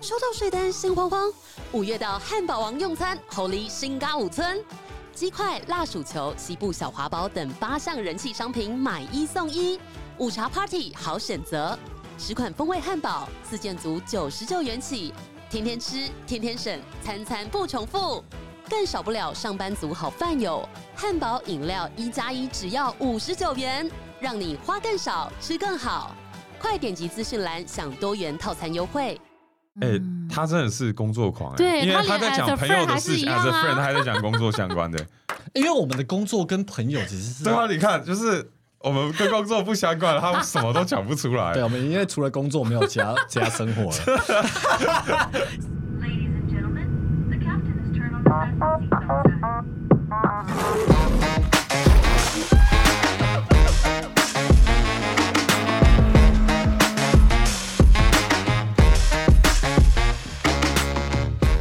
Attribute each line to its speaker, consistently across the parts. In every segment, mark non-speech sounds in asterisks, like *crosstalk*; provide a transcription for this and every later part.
Speaker 1: 收到税单心慌慌。五月到汉堡王用餐，侯梨新嘎五村。鸡块、辣薯球、西部小华堡等八项人气商品买一送一，午茶 party 好选择。十款风味汉堡，四件组九十九元起，天天吃，天天省，餐餐不重复。更少不了上班族好饭友，汉堡饮料一加一只要五十九元，让你花更少，吃更好。快点击资讯栏享多元套餐优惠。
Speaker 2: 哎、他真的是工作狂、哎，
Speaker 3: 嗯对
Speaker 2: 因为
Speaker 3: 他
Speaker 2: 在
Speaker 3: 连
Speaker 2: 讲
Speaker 3: as a
Speaker 2: 朋友
Speaker 3: friend
Speaker 2: 的
Speaker 3: 还
Speaker 2: 事
Speaker 3: 是一
Speaker 2: 情
Speaker 3: 样
Speaker 2: ，as a
Speaker 3: 啊
Speaker 2: friend，他还在讲工作相关的。
Speaker 4: 因为我们的工作跟朋友其实
Speaker 2: *laughs*
Speaker 4: 是
Speaker 2: 对啊，你看，就是我们跟工作不相关，他们什么都讲不出来
Speaker 4: 对，。我们因为除了工作没有其他其他生活 *laughs* 了。
Speaker 5: Ladies and gentlemen, the captain has turned on the fasten seatbelt sign.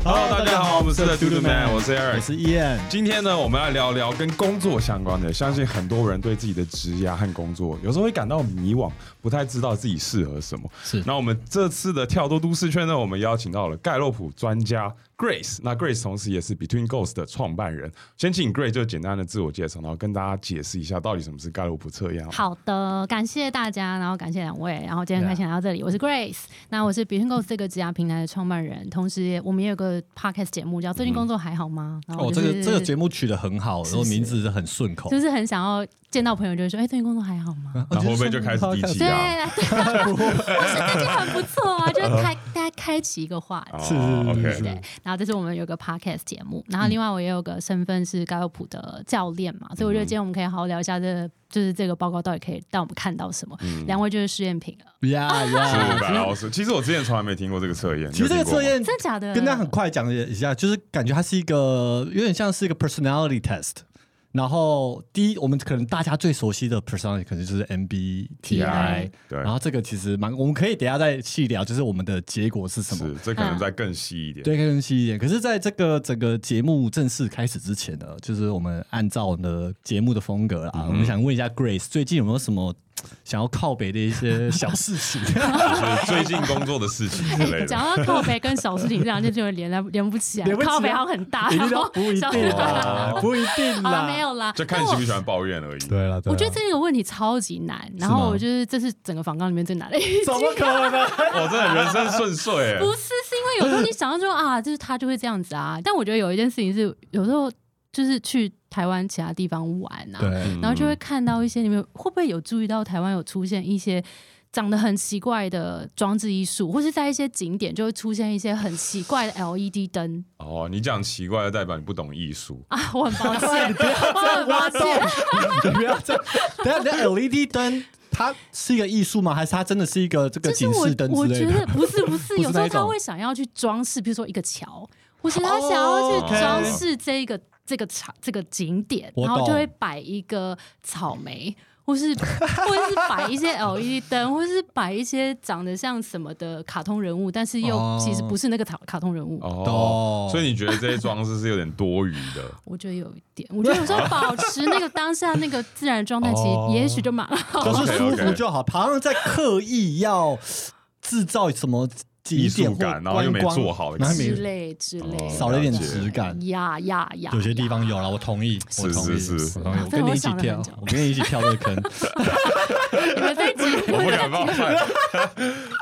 Speaker 2: The Doodle Man，我是
Speaker 4: 我
Speaker 2: Eric
Speaker 4: 是 Ian。
Speaker 2: 今天呢，我们来聊聊跟工作相关的。相信很多人对自己的职业和工作，有时候会感到迷惘，不太知道自己适合什么。
Speaker 4: 是
Speaker 2: 那我们这次的跳多都市圈呢，我们邀请到了盖洛普专家 Grace。那 Grace 同时也是 Between Ghost 的创办人。先请 Grace 就简单的自我介绍，然后跟大家解释一下到底什么是盖洛普测验。，
Speaker 3: 好的，感谢大家，然后感谢两位，然后今天很
Speaker 4: Yeah
Speaker 3: 开心来到这里。我是 Grace，那我是 Between Goals 这个职涯平台的创办人，同时也我们也有个 podcast 节目叫《最近工作还好吗》。然后
Speaker 4: 哦，
Speaker 3: 我
Speaker 4: 这
Speaker 3: 就是
Speaker 4: 个这个节目取得很好，然后名字是很顺口。
Speaker 3: 就是很想要见到朋友，就会说：“哎、最近工作还好
Speaker 4: *laughs*
Speaker 3: 吗
Speaker 2: 那会不会就开始低
Speaker 3: 对
Speaker 2: 级啊？
Speaker 3: 对，对这就很不错
Speaker 4: *laughs*
Speaker 3: 啊，就是开大家开启一个话题。
Speaker 4: 是是是
Speaker 2: 哦 OK
Speaker 4: 是是，
Speaker 3: 然后这是我们有个 podcast 节目，然后另外我也有个身份是高洛普的教练嘛，所以我觉
Speaker 4: 嗯
Speaker 3: 得今天我们可以好好聊一下这个，就是这个报告到底可以让我们看到什么。
Speaker 4: 嗯
Speaker 3: 两位就是试验品了，
Speaker 4: *laughs* 呀
Speaker 2: 是白
Speaker 4: 呀。
Speaker 2: 老师，其实我之前从来没听过这个测验。
Speaker 4: 其实这
Speaker 2: 你有
Speaker 4: 个测
Speaker 2: 听过吗，
Speaker 4: 验
Speaker 3: 真的假的？
Speaker 4: 跟大家很快讲一下，就是感觉它是一个有点像是一个 personality test。然后第一，我们可能大家最熟悉的 personality 可能就是 MBTI，
Speaker 3: TI
Speaker 2: 对
Speaker 4: 然后这个其实蛮，我们可以等一下再细聊，就是我们的结果是什么
Speaker 2: 是。这可能再更细一点。
Speaker 4: 嗯对，更细一点。可是，在这个整个节目正式开始之前呢，就是我们按照我们的节目的风格啊，我们想问一下 Grace，最近有没有什么想要靠北的一些小事情？
Speaker 2: 就是最近工作的事情之
Speaker 4: *laughs*
Speaker 2: 类的。
Speaker 3: *laughs* 讲到靠北跟小事情这两件就连在连不起来，
Speaker 4: 连不起来
Speaker 3: 靠北好像很大，
Speaker 4: 一
Speaker 3: 然
Speaker 4: 定都
Speaker 3: 后
Speaker 4: 不一
Speaker 3: 小
Speaker 4: 定啦，不一定
Speaker 3: 好
Speaker 4: 啦，
Speaker 3: 了没。有啦，
Speaker 2: 就看你喜不喜欢抱怨而已。
Speaker 4: 对了，
Speaker 3: 我觉得这个问题超级难，然
Speaker 4: 是吗
Speaker 3: 后我就是这是整个访纲里面最
Speaker 4: *laughs*
Speaker 3: 难的 *laughs* 一
Speaker 4: 怎么可能？
Speaker 2: 我哦真的人生顺遂欸
Speaker 3: *laughs* 不是，是因为有时候你想到说啊，就是他就会这样子
Speaker 4: *laughs*
Speaker 3: 啊。但我觉得有一件事情是，有时候就是去台湾其他地方玩啊，
Speaker 2: 嗯
Speaker 4: 对，
Speaker 3: 然后就会看到一些，你们会不会有注意到台湾有出现一些？长得很奇怪的装置艺术，或是在一些景点就会出现一些很奇怪的 LED 灯
Speaker 2: 哦，你讲奇怪的代表你不懂艺术，
Speaker 3: 啊， *laughs* 我很抱
Speaker 4: *laughs* 你
Speaker 3: 歉，
Speaker 4: 不要
Speaker 3: 我
Speaker 4: 再
Speaker 3: 很抱
Speaker 4: 挖洞
Speaker 3: 歉，，
Speaker 4: 你不要再。等下，等下 LED 灯，它是一个艺术吗？还是它真的是一个这个
Speaker 3: 就是
Speaker 4: 警
Speaker 3: 我
Speaker 4: 示灯
Speaker 3: 我
Speaker 4: 之类
Speaker 3: 觉
Speaker 4: 的？
Speaker 3: 得不是不是，
Speaker 4: *laughs* 不是
Speaker 3: 有时候
Speaker 4: 那一种
Speaker 3: 他会想要去装饰，比如说一个桥，或是他想要
Speaker 4: 哦
Speaker 3: 去
Speaker 4: ，OK
Speaker 3: 装饰这一个、这个场这个景点，
Speaker 4: 我
Speaker 3: 然
Speaker 4: 懂
Speaker 3: 后就会摆一个草莓。或是，或是摆一些
Speaker 4: *laughs*
Speaker 3: LED 灯，或是摆一些长得像什么的卡通人物，但是又
Speaker 4: 哦
Speaker 3: 其实不是那个卡卡通人物。
Speaker 2: 哦
Speaker 4: 懂，
Speaker 2: 所以你觉得这些装饰是有点多余
Speaker 4: *laughs*
Speaker 2: 的？
Speaker 3: 我觉得有一点，我觉得有时候保持那个当下那个自然状态，其
Speaker 4: 哦
Speaker 3: 实也许就蛮好。
Speaker 4: 就是舒
Speaker 2: OK，OK
Speaker 4: 服就好，好像在刻意要制造什么
Speaker 2: 艺
Speaker 4: 景点
Speaker 2: 术
Speaker 4: 或
Speaker 2: 感，然后又没
Speaker 4: 观光
Speaker 2: 做好的
Speaker 4: 然
Speaker 2: 感
Speaker 4: 后
Speaker 2: 觉，
Speaker 3: 之
Speaker 4: 没
Speaker 3: 类之类，
Speaker 4: 哦少了一点
Speaker 2: 了解
Speaker 4: 质感。
Speaker 3: 呀呀呀！
Speaker 4: 有些地方有了，我同意，我
Speaker 2: 是
Speaker 4: 同意，
Speaker 2: 是是
Speaker 4: 我啊同意，我
Speaker 3: 这
Speaker 4: 跟
Speaker 3: 个
Speaker 4: 你
Speaker 3: 我
Speaker 4: 一起
Speaker 3: 想了
Speaker 4: 跳
Speaker 3: 很久，
Speaker 4: 我跟你一起跳这个
Speaker 2: *laughs*
Speaker 4: 坑。
Speaker 3: 你们在集
Speaker 4: *laughs*
Speaker 2: 我不
Speaker 3: *laughs*
Speaker 2: 敢冒犯。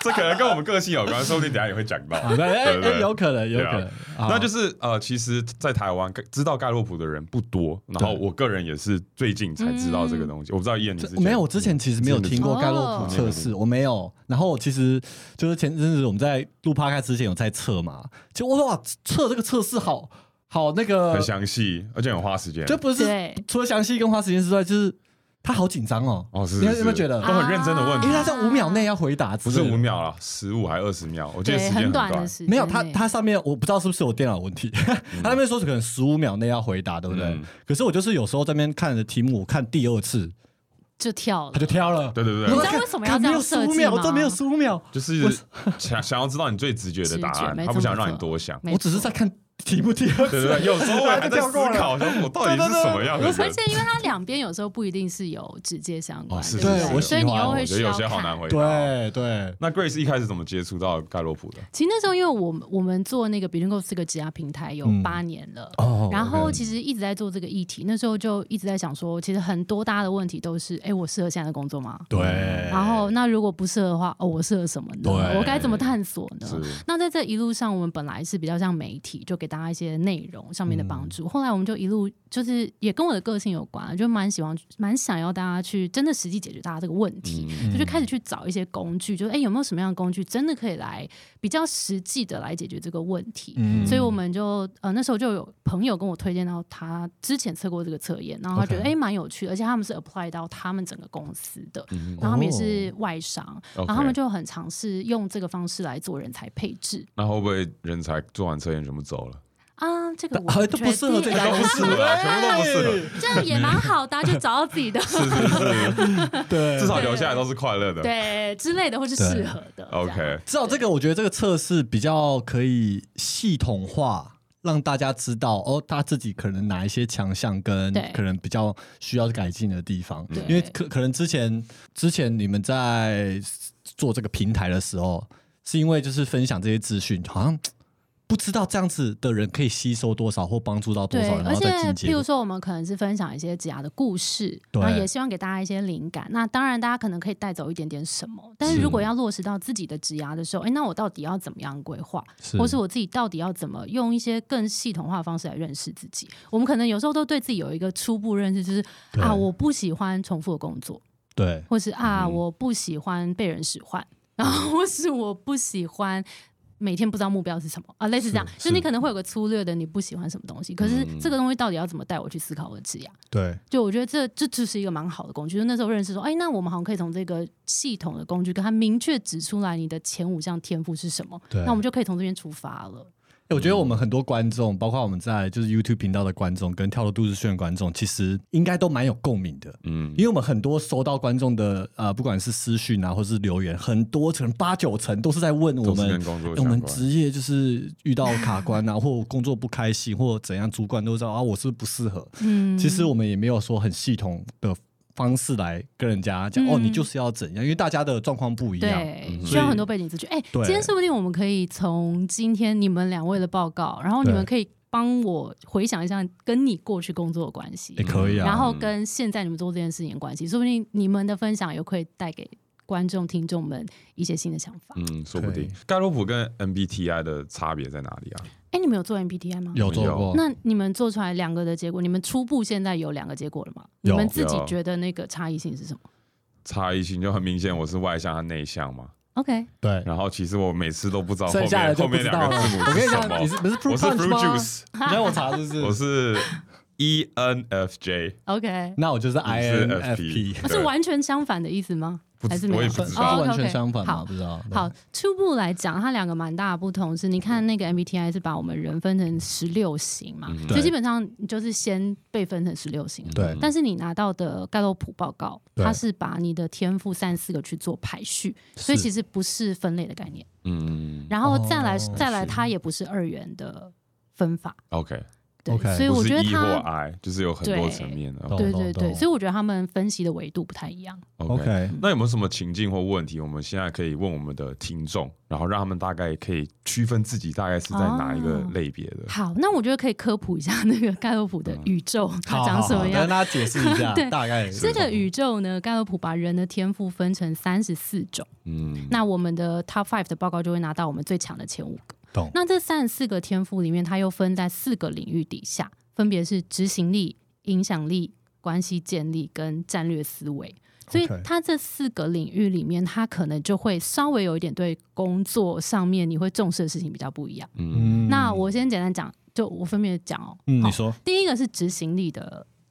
Speaker 2: 这可能跟我们个性有关，说不定等一下也会讲到。
Speaker 4: 好的，哎
Speaker 2: 对对
Speaker 4: 哎，有可能，有
Speaker 2: 对啊
Speaker 4: 可能，好
Speaker 2: 那就是呃，其实，在台湾知道盖洛普的人不多，然后
Speaker 4: 对
Speaker 2: 我个人也是最近才知道这
Speaker 3: 嗯
Speaker 2: 个东西。我不知道燕你
Speaker 4: 这
Speaker 2: 之前
Speaker 4: 没有，我之前其实没有听过盖洛
Speaker 2: 哦
Speaker 4: 普测试，我没有。然后我其实就是前阵子我们在录 p 开之前有在测嘛，就我说哇，测这个测试好好那个
Speaker 2: 很，详细，而且很花时间，
Speaker 4: 就不是
Speaker 3: 对
Speaker 4: 除了详细跟花时间之外，就是他好紧张哦。
Speaker 2: 哦是
Speaker 4: 你有
Speaker 2: 是
Speaker 4: 有没有觉得啊
Speaker 2: 都？很认真的问题啊
Speaker 3: 啊
Speaker 4: 因为，他在五秒内要回答之
Speaker 2: 不
Speaker 4: 类的，
Speaker 2: 是五秒了，十五还二十秒，我记得时
Speaker 3: 对，
Speaker 2: 间很
Speaker 3: 短的时间内，
Speaker 4: 没有，它它上面我不知道是不是我电脑有问题， *laughs* 它那边说可能十五秒内要回答，对不对？
Speaker 2: 嗯
Speaker 4: 可是我就是有时候这边看的题目，我看第二次
Speaker 3: 就跳
Speaker 4: 它
Speaker 3: 了。
Speaker 4: 就挑了。
Speaker 2: 对对对，
Speaker 3: 你
Speaker 4: 我
Speaker 3: 知
Speaker 4: 在
Speaker 3: 道
Speaker 4: 看
Speaker 3: 为什么要这
Speaker 4: 看没
Speaker 3: 样
Speaker 4: 有十
Speaker 3: 设
Speaker 4: 五
Speaker 3: 计
Speaker 4: 秒，
Speaker 3: 吗
Speaker 4: 我这没有十五秒，
Speaker 2: 就是想想要知道你最直觉的答
Speaker 3: 直觉
Speaker 2: 案，
Speaker 3: 没
Speaker 2: 他不
Speaker 3: 错
Speaker 2: 想
Speaker 3: 没
Speaker 2: 让你
Speaker 3: 错 *laughs*
Speaker 2: 多想。
Speaker 3: 没
Speaker 4: 我只是在看题目第二
Speaker 2: 对
Speaker 4: 次
Speaker 2: 对，对，有时候我还在
Speaker 4: 跳
Speaker 2: 思
Speaker 4: 过了
Speaker 2: 考，想我到底是什么样的人。
Speaker 3: 而且因为它两边有时候不一定是有直接相关
Speaker 2: 哦，是
Speaker 3: 的，
Speaker 2: 是
Speaker 3: 不
Speaker 2: 是
Speaker 4: 我
Speaker 3: 所以你
Speaker 4: 喜欢
Speaker 3: 又
Speaker 2: 我
Speaker 3: 会
Speaker 2: 觉
Speaker 3: 需
Speaker 2: 得有
Speaker 3: 要
Speaker 2: 些好
Speaker 3: 看
Speaker 2: 难回答哦。
Speaker 4: 对对，
Speaker 2: 那 Grace 一开始怎么接触到盖洛普的？
Speaker 3: 其实那时候，因为我们我们做那个 b i l i n g o 这个职涯平台有
Speaker 4: 嗯
Speaker 3: 八年了，
Speaker 4: 哦
Speaker 3: 然后
Speaker 4: OK
Speaker 3: 其实一直在做这个议题，那时候就一直在想说，其实很多大家的问题都是，哎，我适合现在的工作吗？
Speaker 4: 对，
Speaker 3: 然后，那如果不适合的话，哦，我适合什么呢？
Speaker 4: 对
Speaker 3: 我该怎么探索呢
Speaker 2: 是？
Speaker 3: 那在这一路上，我们本来是比较像媒体，就给大家一些内容上面的帮
Speaker 2: 嗯
Speaker 3: 助。后来我们就一路就是也跟我的个性有关，啊就蛮喜欢蛮想要大家去真的实际解决大家这个问题，
Speaker 2: 嗯
Speaker 3: 就就开始去找一些工具，就哎有没有什么样的工具真的可以来比较实际的来解决这个问题？
Speaker 4: 嗯
Speaker 3: 所以我们就呃那时候就有朋友跟我推荐到他之前测过这个测验，然后他觉得
Speaker 4: OK
Speaker 3: 哎蛮有趣的，而且他们是 apply 到他们整个公司的，
Speaker 2: 嗯
Speaker 3: 然后他们也是外商，
Speaker 2: OK
Speaker 3: 然后他们就很尝试用这个方式来做人才配置
Speaker 2: 那会不会人才做完测验全部走了？
Speaker 3: 啊，这个我
Speaker 4: 啊都不
Speaker 3: 决
Speaker 4: 适合
Speaker 3: 定
Speaker 4: 这个
Speaker 2: 都不适合啊，全部都不适合。
Speaker 3: 这样也蛮好的啊、就找到自己
Speaker 4: *laughs*
Speaker 3: 的
Speaker 2: 是是是，
Speaker 4: 对，
Speaker 2: 至少留下来都是快乐的。
Speaker 3: 对之类的，或是
Speaker 4: 对
Speaker 3: 适合的。这样
Speaker 2: OK，
Speaker 4: 至少这个，我觉得这个测试比较可以系统化，让大家知道哦，他自己可能哪一些强项跟
Speaker 3: 对
Speaker 4: 可能比较需要改进的地方
Speaker 3: 对。
Speaker 4: 因为可可能之前之前你们在做这个平台的时候，是因为就是分享这些资讯，好像。不知道这样子的人可以吸收多少，或帮助到多
Speaker 3: 对
Speaker 4: 少，人，然
Speaker 3: 而
Speaker 4: 后
Speaker 3: 且
Speaker 4: 再进
Speaker 3: 譬
Speaker 4: 阶
Speaker 3: 如。说，我们可能是分享一些职涯的故事，
Speaker 4: 对
Speaker 3: 然后也希望给大家一些灵感。那当然，大家可能可以带走一点点什么，但是如果要落实到自己的职涯的时候，哎，那我到底要怎么样规划，
Speaker 4: 是
Speaker 3: 或是我自己到底要怎么用一些更系统化的方式来认识自己？我们可能有时候都对自己有一个初步认识，就是
Speaker 4: 对
Speaker 3: 啊，我不喜欢重复的工作，
Speaker 4: 对，
Speaker 3: 或是啊，
Speaker 2: 嗯
Speaker 3: 我不喜欢被人使唤，然后或是我不喜欢每天不知道目标是什么啊，类似这样，
Speaker 4: 是
Speaker 3: 就你可能会有个粗略的你不喜欢什么东西，可是
Speaker 2: 嗯
Speaker 3: 这个东西到底要怎么带我去思考我的职业？
Speaker 4: 对，
Speaker 3: 就我觉得这这就是一个蛮好的工具。就那时候认识说，哎，那我们好像可以从这个系统的工具，跟它明确指出来你的前五项天赋是什么，
Speaker 4: 对
Speaker 3: 那我们就可以从这边出发了。
Speaker 4: 欸我
Speaker 2: 嗯
Speaker 4: 觉得我们很多观众，包括我们在就是 YouTube 频道的观众跟跳脱都市圈的观众，其实应该都蛮有共鸣的。
Speaker 2: 嗯
Speaker 4: 因，为我们很多收到观众的呃，不管是私讯啊，或是留言，很多可能八九成都是在问我
Speaker 2: 都是
Speaker 4: 们
Speaker 2: 跟工作
Speaker 4: 欸
Speaker 2: 相
Speaker 4: 我
Speaker 2: 关
Speaker 4: 们
Speaker 2: 嗯
Speaker 4: 职业就是遇到卡关啊，或工作不开心，或怎样，主管都知道啊，我是不是不适合。
Speaker 3: 嗯，
Speaker 4: 其实我们也没有说很系统的方式来跟人家讲、哦，
Speaker 3: 嗯
Speaker 4: 你就是要怎样，因为大家的状况不一样。
Speaker 3: 对，
Speaker 2: 嗯
Speaker 3: 需要很多背景资讯。哎、
Speaker 4: 对
Speaker 3: 今天说不定我们可以从今天你们两位的报告，然后你们
Speaker 4: 对
Speaker 3: 可以帮我回想一下跟你过去工作的关系
Speaker 4: 也、，可以啊。
Speaker 3: 然后跟现在你们做这件事情的关系，说不定你们的分享又可以带给观众、听众们一些新的想法。哎、
Speaker 2: 嗯，说不
Speaker 4: 可以
Speaker 2: 定盖洛普跟 MBTI 的差别在哪里啊？
Speaker 3: 哎你们有做 MBTI 吗？
Speaker 4: 有做
Speaker 2: 有
Speaker 4: 过，
Speaker 3: 那你们做出来两个的结果，你们初步现在有两个结果了吗？你
Speaker 4: 有
Speaker 3: 们自己
Speaker 2: 有
Speaker 3: 觉得那个差异性是什么
Speaker 2: 差异性就很明显，我是外向和内向嘛。
Speaker 3: ？OK，
Speaker 4: 对。
Speaker 2: 然后其实我每次都不知道后
Speaker 4: 剩下
Speaker 2: 面
Speaker 4: 的就
Speaker 2: 后
Speaker 4: 不
Speaker 2: 面
Speaker 4: 知
Speaker 2: 两
Speaker 4: 道
Speaker 2: 个
Speaker 4: 了
Speaker 2: 字母。
Speaker 4: 我跟你
Speaker 2: 什么
Speaker 4: 讲，你是不是 fruit
Speaker 2: 我是
Speaker 4: punch
Speaker 2: fruit
Speaker 4: 吗？
Speaker 2: juice，
Speaker 4: 你让我查是不是？
Speaker 2: 我是 E N F J，
Speaker 3: OK，
Speaker 4: 那我就是
Speaker 2: 你是
Speaker 4: INFP，
Speaker 3: 那
Speaker 2: 对
Speaker 3: 啊是完全相反的意思吗？
Speaker 2: 不知
Speaker 3: 还是没有？
Speaker 2: 我也不知道
Speaker 3: 哦
Speaker 4: 是
Speaker 3: ，OK，OK，
Speaker 4: 完全相反嘛？
Speaker 3: 好
Speaker 4: 不知道。对嗯
Speaker 3: 好，，初步来讲，它两个蛮大的不同是，你看那个 MBTI 是把我们人分成十六型嘛，
Speaker 2: 嗯
Speaker 3: 所以
Speaker 4: 对
Speaker 3: 基本上你就是先被分成十六型。
Speaker 4: 对
Speaker 3: 但是你拿到的盖洛普报告，
Speaker 4: 对
Speaker 3: 它是把你的天赋三四个去做排序，所以其实不是分类的概念。
Speaker 2: 嗯
Speaker 3: 然后再来、
Speaker 4: 哦
Speaker 3: 再来，
Speaker 4: 是
Speaker 3: 它也不是二元的分法。
Speaker 2: ，OK，
Speaker 3: 对
Speaker 4: OK
Speaker 3: 所以我
Speaker 2: 不
Speaker 3: 觉得
Speaker 2: 是 E 或
Speaker 3: 它，
Speaker 2: I，就是有很多层面的。
Speaker 4: 懂
Speaker 3: 对对对，
Speaker 4: 懂
Speaker 3: 所以我觉得他们分析的维度不太一样。
Speaker 2: OK，
Speaker 4: OK，
Speaker 2: 那有没有什么情境或问题，我们现在可以问我们的听众，然后让他们大概可以区分自己大概是在哪一个
Speaker 3: 哦
Speaker 2: 类别的？
Speaker 3: 好，那我觉得可以科普一下那个盖洛普的
Speaker 4: 嗯
Speaker 3: 宇宙它长什么样
Speaker 4: 跟。大家解释一
Speaker 3: *laughs*
Speaker 4: 下，大概
Speaker 3: 这个宇宙呢，盖洛普把人的天赋分成三十四种，
Speaker 2: 嗯，
Speaker 3: 那我们的 Top Five 的报告就会拿到我们最强的前五个。
Speaker 4: 懂
Speaker 3: 那这三十四个天赋里面，它又分在四个领域底下，分别是执行力、影响力、关系建立跟战略思维。所以
Speaker 4: OK
Speaker 3: 它这四个领域里面，它可能就会稍微有一点对工作上面你会重视的事情比较不一样。
Speaker 4: 嗯
Speaker 3: 那我先简单讲，就我分别讲哦。
Speaker 4: 嗯，
Speaker 3: 好
Speaker 4: 你说
Speaker 3: 第一个是执行力的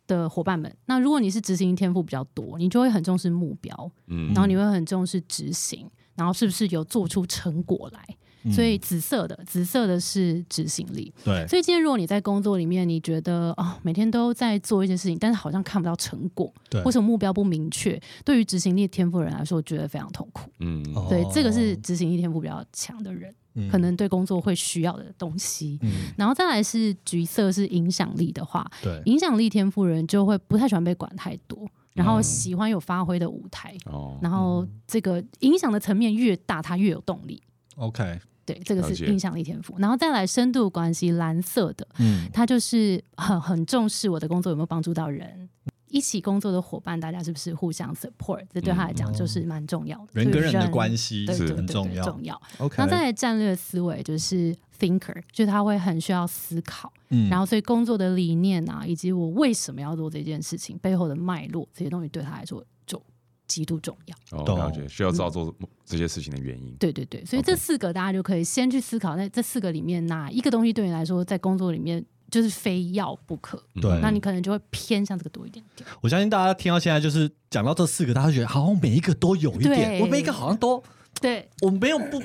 Speaker 3: 呃的伙伴们。那如果你是执行天赋比较多，你就会很重视目标，
Speaker 2: 嗯
Speaker 3: 然后你会很重视执行，然后是不是有做出成果来？
Speaker 4: 嗯
Speaker 3: 所以紫色的紫色的是执行力。
Speaker 4: 对，
Speaker 3: 所以今天如果你在工作里面，你觉得啊、每天都在做一些事情，但是好像看不到成果，
Speaker 4: 对
Speaker 3: 或者目标不明确，对于执行力天赋的人来说，我觉得非常痛苦。
Speaker 2: 嗯，
Speaker 4: 哦
Speaker 3: 对，这个是执行力天赋比较强的人，可能对工作会需要的东西。
Speaker 4: 嗯
Speaker 3: 然后再来是橘色是影响力的话，
Speaker 4: 对，
Speaker 3: 影响力天赋人就会不太喜欢被管太多，然
Speaker 4: 嗯
Speaker 3: 后喜欢有发挥的舞台，
Speaker 2: 哦，
Speaker 3: 然后这个影响的层面越大，他越有动力。
Speaker 4: OK，
Speaker 3: 对，这个
Speaker 2: 了解
Speaker 3: 是影响力天赋。然后再来深度关系，蓝色的，
Speaker 4: 嗯
Speaker 3: 他就是很很重视我的工作有没有帮助到人。一起工作的伙伴，大家是不是互相 support？这对他来讲就是蛮重要的。
Speaker 4: 嗯哦人跟人的
Speaker 3: 系
Speaker 4: 关系
Speaker 3: 对对对
Speaker 4: 很
Speaker 3: 对
Speaker 4: 重要
Speaker 3: 重要。
Speaker 4: ，OK，
Speaker 3: 然后再来战略思维就是 thinker，就是他会很需要思考，
Speaker 4: 嗯
Speaker 3: 然后所以工作的理念啊，以及我为什么要做这件事情背后的脉络，这些东西对他来说就极度重要。
Speaker 2: 哦，
Speaker 4: 懂
Speaker 2: 了解，需要知道做这些事情的原因。
Speaker 3: 对对对，所以
Speaker 2: OK
Speaker 3: 这四个大家就可以先去思考，在这四个里面哪一个东西对你来说在工作里面就是非要不可，
Speaker 4: 对
Speaker 2: 嗯
Speaker 3: 那你可能就会偏向这个多一点点。
Speaker 4: 我相信大家听到现在就是讲到这四个，大家觉得好像每一个都有一点，
Speaker 3: 对
Speaker 4: 我每一个好像都
Speaker 3: 对，
Speaker 4: 我没有不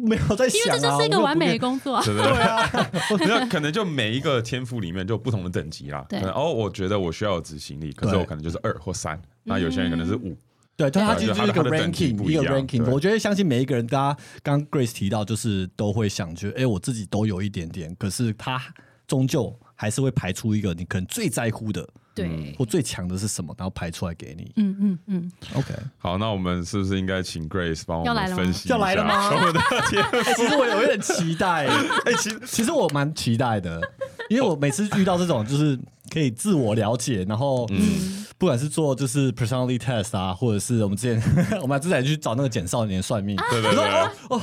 Speaker 4: 没有在
Speaker 3: 因
Speaker 4: 想、啊，
Speaker 3: 为这就是一个
Speaker 4: 我没有不
Speaker 3: 完美的
Speaker 4: 变
Speaker 3: 工作
Speaker 2: *laughs*
Speaker 3: 啊。
Speaker 2: 对对对啊， *laughs* 那可能就每一个天赋里面就有不同的等级啦。可
Speaker 3: 对
Speaker 2: 能哦，我觉得我需要有执行力，可是
Speaker 4: 对
Speaker 2: 我可能就是二或
Speaker 3: 嗯
Speaker 2: 三，那有些人可能是五。
Speaker 4: 对，就它
Speaker 2: 对
Speaker 4: 其实就
Speaker 2: 它
Speaker 4: 是
Speaker 2: 的
Speaker 4: 一个
Speaker 2: 它的等级
Speaker 4: ranking，
Speaker 2: 不一
Speaker 4: 一个
Speaker 2: 样
Speaker 4: ranking。
Speaker 2: 对
Speaker 4: 我觉得相信每一个人，大家刚 Grace 提到，就是都会想，觉得哎，诶我自己都有一点点，可是他终究还是会排出一个你可能最在乎的
Speaker 3: 对，
Speaker 4: 或最强的是什么，然后排出来给你。
Speaker 3: 嗯嗯嗯，
Speaker 4: OK，
Speaker 2: 好，那我们是不是应该请 Grace 帮我
Speaker 3: 要来
Speaker 2: 们
Speaker 3: 了吗
Speaker 2: 分析一下
Speaker 4: 要来了
Speaker 2: *laughs*
Speaker 4: 吗
Speaker 2: 我们的天赋？
Speaker 4: *laughs* 其实我有点期待，
Speaker 2: *laughs* 哎，其实
Speaker 4: 其实我蛮期待的，因为我每次遇到这种就是可以自我了解，然后
Speaker 2: 嗯
Speaker 4: 不管是做就是 personality test 啊，或者是我们之前 *laughs* 我们之前去找那个简少年算命，
Speaker 2: 对对对，
Speaker 4: *laughs* 哦，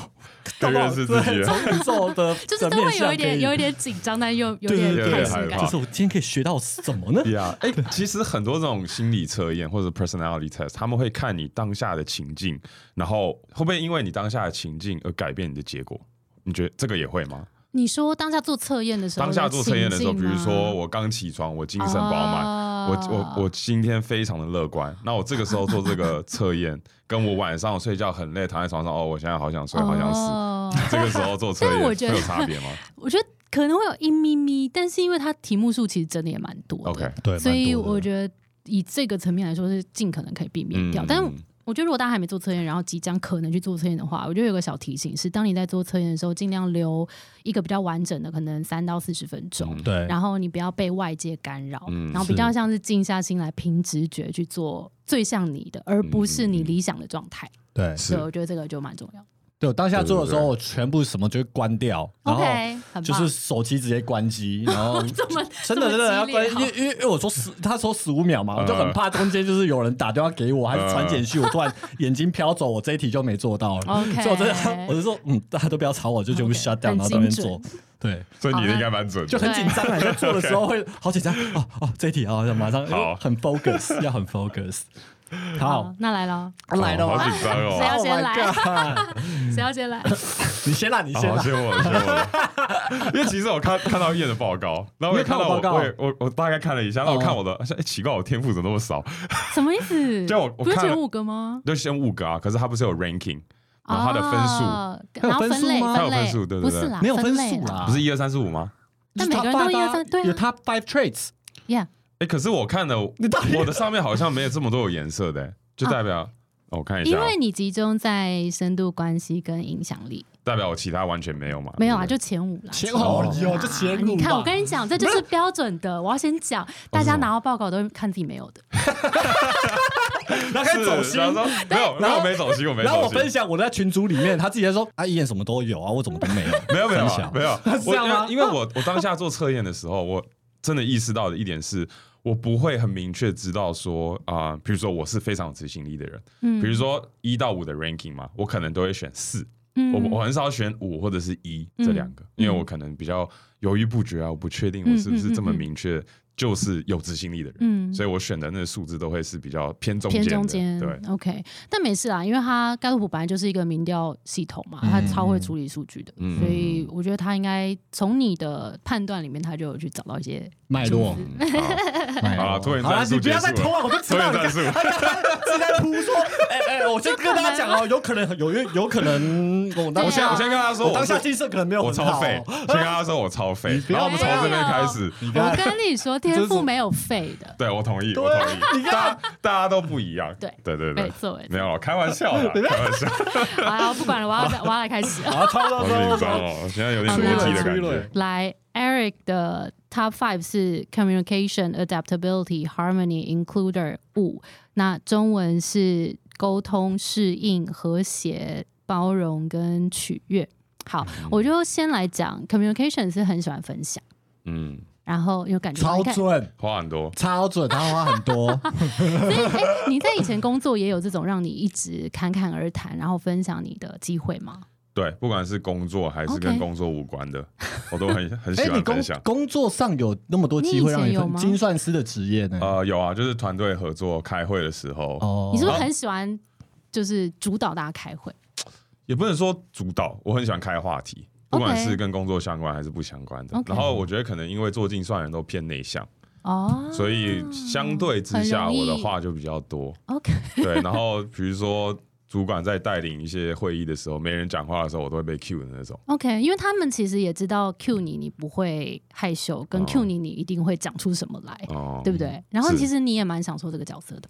Speaker 2: 更 *laughs* 认识自己
Speaker 4: 对
Speaker 2: 了
Speaker 4: 从宇宙的
Speaker 3: *laughs* 就是都会有一点有一点紧张，但又有
Speaker 4: 对对
Speaker 3: 点
Speaker 4: 对
Speaker 3: 开
Speaker 2: 有
Speaker 3: 心
Speaker 2: 点害
Speaker 3: 感
Speaker 2: 怕。
Speaker 4: 就是我今天可以学到什么呢？
Speaker 2: 呀，哎，其实很多这种心理测验或者 personality test，他们会看你当下的情境，然后会不会因为你当下的情境而改变你的结果？你觉得这个也会吗？
Speaker 3: 你说当下做测验的时候，
Speaker 2: 当下做测验的时候，比如说
Speaker 3: 我
Speaker 2: 我刚起床，我
Speaker 3: 啊
Speaker 2: 精神饱满，
Speaker 3: 哦
Speaker 2: 我我我今天非常的乐观。那我这个时候做这
Speaker 3: *laughs*
Speaker 2: 个测验，跟我晚上睡觉很累，躺在床上，哦，我现在好想睡，好想死。
Speaker 3: 死。
Speaker 2: 这个时候
Speaker 3: *laughs*
Speaker 2: 做测
Speaker 3: 哦但
Speaker 2: 验
Speaker 3: 是我
Speaker 2: 会
Speaker 3: 觉得
Speaker 2: 有差别吗
Speaker 3: 我觉得可能会有一咪咪，但是因为它题目数其实真的也蛮多的
Speaker 2: ？OK，
Speaker 4: 对
Speaker 3: 所以我觉得以这个层面来说是尽可能可以避免掉。
Speaker 2: 嗯
Speaker 3: 但我觉得如果大家还没做测验，然后即将可能去做测验的话，我觉得有个小提醒是，当你在做测验的时候，尽量留一个比较完整的，可能三到四十分钟。
Speaker 2: 嗯
Speaker 4: 对
Speaker 3: 然后你不要被外界干扰，
Speaker 2: 嗯
Speaker 3: 然后比较像是静下心来凭直觉去做最像你的，而不是你理想的状态。
Speaker 4: 对
Speaker 2: 是
Speaker 3: 对，我觉得这个就蛮重要。
Speaker 4: 对，我当下做的时
Speaker 2: 对
Speaker 4: 候，
Speaker 2: 对对
Speaker 4: 我全部什么就会关掉，然后
Speaker 3: OK，很棒。
Speaker 4: 就是手机直接关机，然后
Speaker 3: *laughs* 这么
Speaker 4: 真的
Speaker 3: 这么
Speaker 4: 真的要
Speaker 3: 激
Speaker 4: 关，
Speaker 3: 烈
Speaker 4: 因
Speaker 3: 哦
Speaker 4: 为因为因为我说十，他说十五秒嘛，我就很
Speaker 2: 嗯
Speaker 4: 怕中间就是有人打电话给我，还是传简 *laughs* 讯，我突然眼睛飘走，我这一题就没做到了。
Speaker 3: OK
Speaker 4: 所以我真的，我就说，嗯，大家都不要吵我，就全部
Speaker 3: OK，
Speaker 4: shut
Speaker 3: 很
Speaker 4: down，然后在那边
Speaker 3: 精
Speaker 4: 做
Speaker 3: 准。
Speaker 4: 对，
Speaker 2: 所以你的应该蛮准的，
Speaker 4: 就很紧张啊！你在做的时候会好紧张哦哦，这一题哦，要马上
Speaker 2: 好
Speaker 4: 很 focus，要很
Speaker 3: *laughs*
Speaker 4: focus。好
Speaker 3: 好，，那来了，哦
Speaker 4: 来了
Speaker 2: 好
Speaker 4: 吗？
Speaker 2: 紧张
Speaker 3: *laughs* 谁
Speaker 2: 哦。
Speaker 3: 要
Speaker 4: Oh
Speaker 3: 先
Speaker 4: my
Speaker 3: 来 *laughs*
Speaker 4: God
Speaker 3: 谁要先来？
Speaker 4: 你先啦，你先
Speaker 2: 好，
Speaker 4: 啦。
Speaker 2: 先我了，先我 *laughs* 了。因为其实我看看到燕的报告，然后我也看到
Speaker 4: 你也
Speaker 2: 我
Speaker 4: 看到
Speaker 2: 我
Speaker 4: 我
Speaker 2: 也我我大概看了一下，然后我看我的，哎、奇怪，我天赋怎么那么少？
Speaker 3: 什么意思？
Speaker 2: 就我我
Speaker 3: 不是
Speaker 2: 看了
Speaker 3: 前五个吗？
Speaker 2: 就先五个啊，可是它不是有 ranking，然啊后它的分数、
Speaker 3: 哦
Speaker 4: 有
Speaker 3: 然后
Speaker 4: 分
Speaker 3: 分
Speaker 4: 数
Speaker 3: 类，
Speaker 4: 吗
Speaker 2: 它有
Speaker 3: 类，
Speaker 2: 分数对对
Speaker 3: 不
Speaker 2: 对
Speaker 3: 是啦，
Speaker 4: 没有
Speaker 3: 分
Speaker 4: 分
Speaker 3: 类
Speaker 4: 数
Speaker 3: 啦。
Speaker 4: 啦，
Speaker 2: 不是一二三四五吗？
Speaker 3: 但每个人都
Speaker 4: Top
Speaker 3: 一
Speaker 4: five 啊
Speaker 3: 二三对啊
Speaker 4: 有 top five traits，
Speaker 3: Yeah，
Speaker 2: 哎、可是我看了，
Speaker 4: 你到底啊
Speaker 2: 我的上面好像没有这么多有颜色的、就代表、哦我看一
Speaker 3: 因
Speaker 2: 下啊，
Speaker 3: 为你集中在深度关系跟影响力，
Speaker 2: 代表我其他完全没有嘛？
Speaker 3: 没有啊，
Speaker 2: 啊对
Speaker 3: 就前五啦。
Speaker 4: 前
Speaker 3: 五啦
Speaker 4: 哦有就前五吧
Speaker 3: 你看，我跟你讲，这就是标准的。我要先讲，大家拿到报告都会看自己没有的。
Speaker 4: 然后
Speaker 2: 不对
Speaker 4: 开始
Speaker 2: 是
Speaker 4: 走心
Speaker 2: 然。后说没有，
Speaker 4: 然
Speaker 2: 然
Speaker 4: 后
Speaker 2: 后没走心，我没
Speaker 4: 然后我
Speaker 2: 走
Speaker 4: 分
Speaker 2: 心。
Speaker 4: 享我在群组里面，他自己在说：“啊，一眼什么都有啊，我怎么都没有。
Speaker 2: *laughs* 没有没有
Speaker 4: 分
Speaker 2: 啊
Speaker 4: 享
Speaker 2: 没有，
Speaker 4: 这
Speaker 2: 我
Speaker 4: 样
Speaker 2: 因
Speaker 4: 吗
Speaker 2: 为因为我我当下做测验的时候，我真的意识到的一点是，我不会很明确知道说啊、比如说我是非常有执行力的人，
Speaker 3: 嗯
Speaker 2: 比如说一到五的 ranking 嘛，我可能都会选四，
Speaker 3: 嗯
Speaker 2: 我我很少选五或者是一
Speaker 3: 嗯
Speaker 2: 这两个，因为我可能比较犹豫不决啊，我不确定我是不是这么明确就是有执行力的人，
Speaker 3: 嗯
Speaker 2: 所以我选的那个数字都会是比较偏中间
Speaker 3: 偏
Speaker 2: 的，
Speaker 3: 中间，
Speaker 2: 对，
Speaker 3: ，OK，但没事啦，啊因为他盖洛普本来就是一个民调系统嘛，他超会处理数据的，
Speaker 2: 嗯
Speaker 3: 所以我觉得他应该从你的判断里面，他就有去找到
Speaker 2: *laughs*
Speaker 3: 一些
Speaker 4: 脉络，
Speaker 3: *laughs*
Speaker 2: 嗯好
Speaker 4: 脉络
Speaker 2: 好了拖延
Speaker 4: 好了
Speaker 2: 战术
Speaker 4: 你不要
Speaker 2: 结束
Speaker 4: 再拖了，我就知道
Speaker 2: 拖延
Speaker 4: 你
Speaker 2: 战术
Speaker 3: *laughs*
Speaker 4: *laughs* 他刚刚是在铺说，哎哎，我先跟大家讲哦，有可能有有有可能嗯，我当
Speaker 2: 我
Speaker 3: 对
Speaker 2: 先
Speaker 3: 啊
Speaker 2: 我先跟他说，
Speaker 4: 我当下
Speaker 2: 是
Speaker 4: 气色可能没有
Speaker 2: 我
Speaker 4: 很
Speaker 2: 超
Speaker 4: 好 *laughs*
Speaker 2: 废，先跟他说我超废
Speaker 4: 你，不
Speaker 2: 然
Speaker 4: 要
Speaker 2: 后我们从这边开始，
Speaker 4: 你
Speaker 3: 我
Speaker 4: 看，
Speaker 3: 跟你说，天赋没有废的，
Speaker 2: 对我同意，
Speaker 4: 对啊
Speaker 2: 我同意，
Speaker 4: 你看
Speaker 2: 大家大家都不一样，
Speaker 3: 对
Speaker 2: 对对
Speaker 3: 没
Speaker 2: 对，
Speaker 3: 错没
Speaker 2: 没有开玩笑
Speaker 4: *laughs*
Speaker 2: 的，开玩笑，
Speaker 3: 好，啊不管了，我要再我要来开始了。
Speaker 4: 然后差不
Speaker 2: 好
Speaker 4: 多
Speaker 2: 紧
Speaker 4: 差
Speaker 2: 张哦，我现在有点逻辑的感觉，
Speaker 3: 来，Eric 的 Top Five 是 Communication、Adaptability、Harmony、Includer 五，那中文是沟通、适应、和谐、包容跟取悦。好，
Speaker 4: 嗯
Speaker 3: 我就先来讲 Communication 是很喜欢分享，
Speaker 2: 嗯，
Speaker 3: 然后有感觉到
Speaker 4: 超
Speaker 3: 你看
Speaker 4: 准，
Speaker 2: 话很多，
Speaker 4: 超准，他花
Speaker 2: *laughs*
Speaker 4: 很多，
Speaker 3: 所以，哎、你在以前工作也有这种让你一直侃侃而谈，然后分享你的机会吗？
Speaker 2: 对，不管是工作还是跟
Speaker 3: OK
Speaker 2: 工作无关的，我都很很
Speaker 3: *laughs*
Speaker 2: 喜
Speaker 4: 哎、你
Speaker 2: 欢
Speaker 4: 工
Speaker 2: 分享。
Speaker 4: 工作上有那么多机会让
Speaker 3: 你以前
Speaker 4: 你
Speaker 3: 有
Speaker 4: 分
Speaker 3: 吗
Speaker 4: 精算师的职业呢？
Speaker 2: 呃，有啊，就是团队合作开会的时候，
Speaker 4: 哦
Speaker 3: 你是不是很喜欢就是主导大家开会？
Speaker 2: 也不能说主导，我很喜欢开话题，不
Speaker 3: OK
Speaker 2: 管是跟工作相关还是不相关的。
Speaker 3: OK
Speaker 2: 然后我觉得可能因为做精算人都偏内向，
Speaker 3: 哦，
Speaker 2: 所以相对之下
Speaker 3: 很容易
Speaker 2: 我的话就比较
Speaker 3: *laughs*
Speaker 2: 多。
Speaker 3: OK，
Speaker 2: 对，然后比如说主管在带领一些会议的时候，没人讲话的时候，我都会被 cue 的那种。
Speaker 3: OK，因为他们其实也知道 Q 你，你不会害羞，跟
Speaker 2: 哦
Speaker 3: Q 你，你一定会讲出什么来，
Speaker 2: 哦，
Speaker 3: 对不对？然后
Speaker 2: 是
Speaker 3: 其实你也蛮享受这个角色的。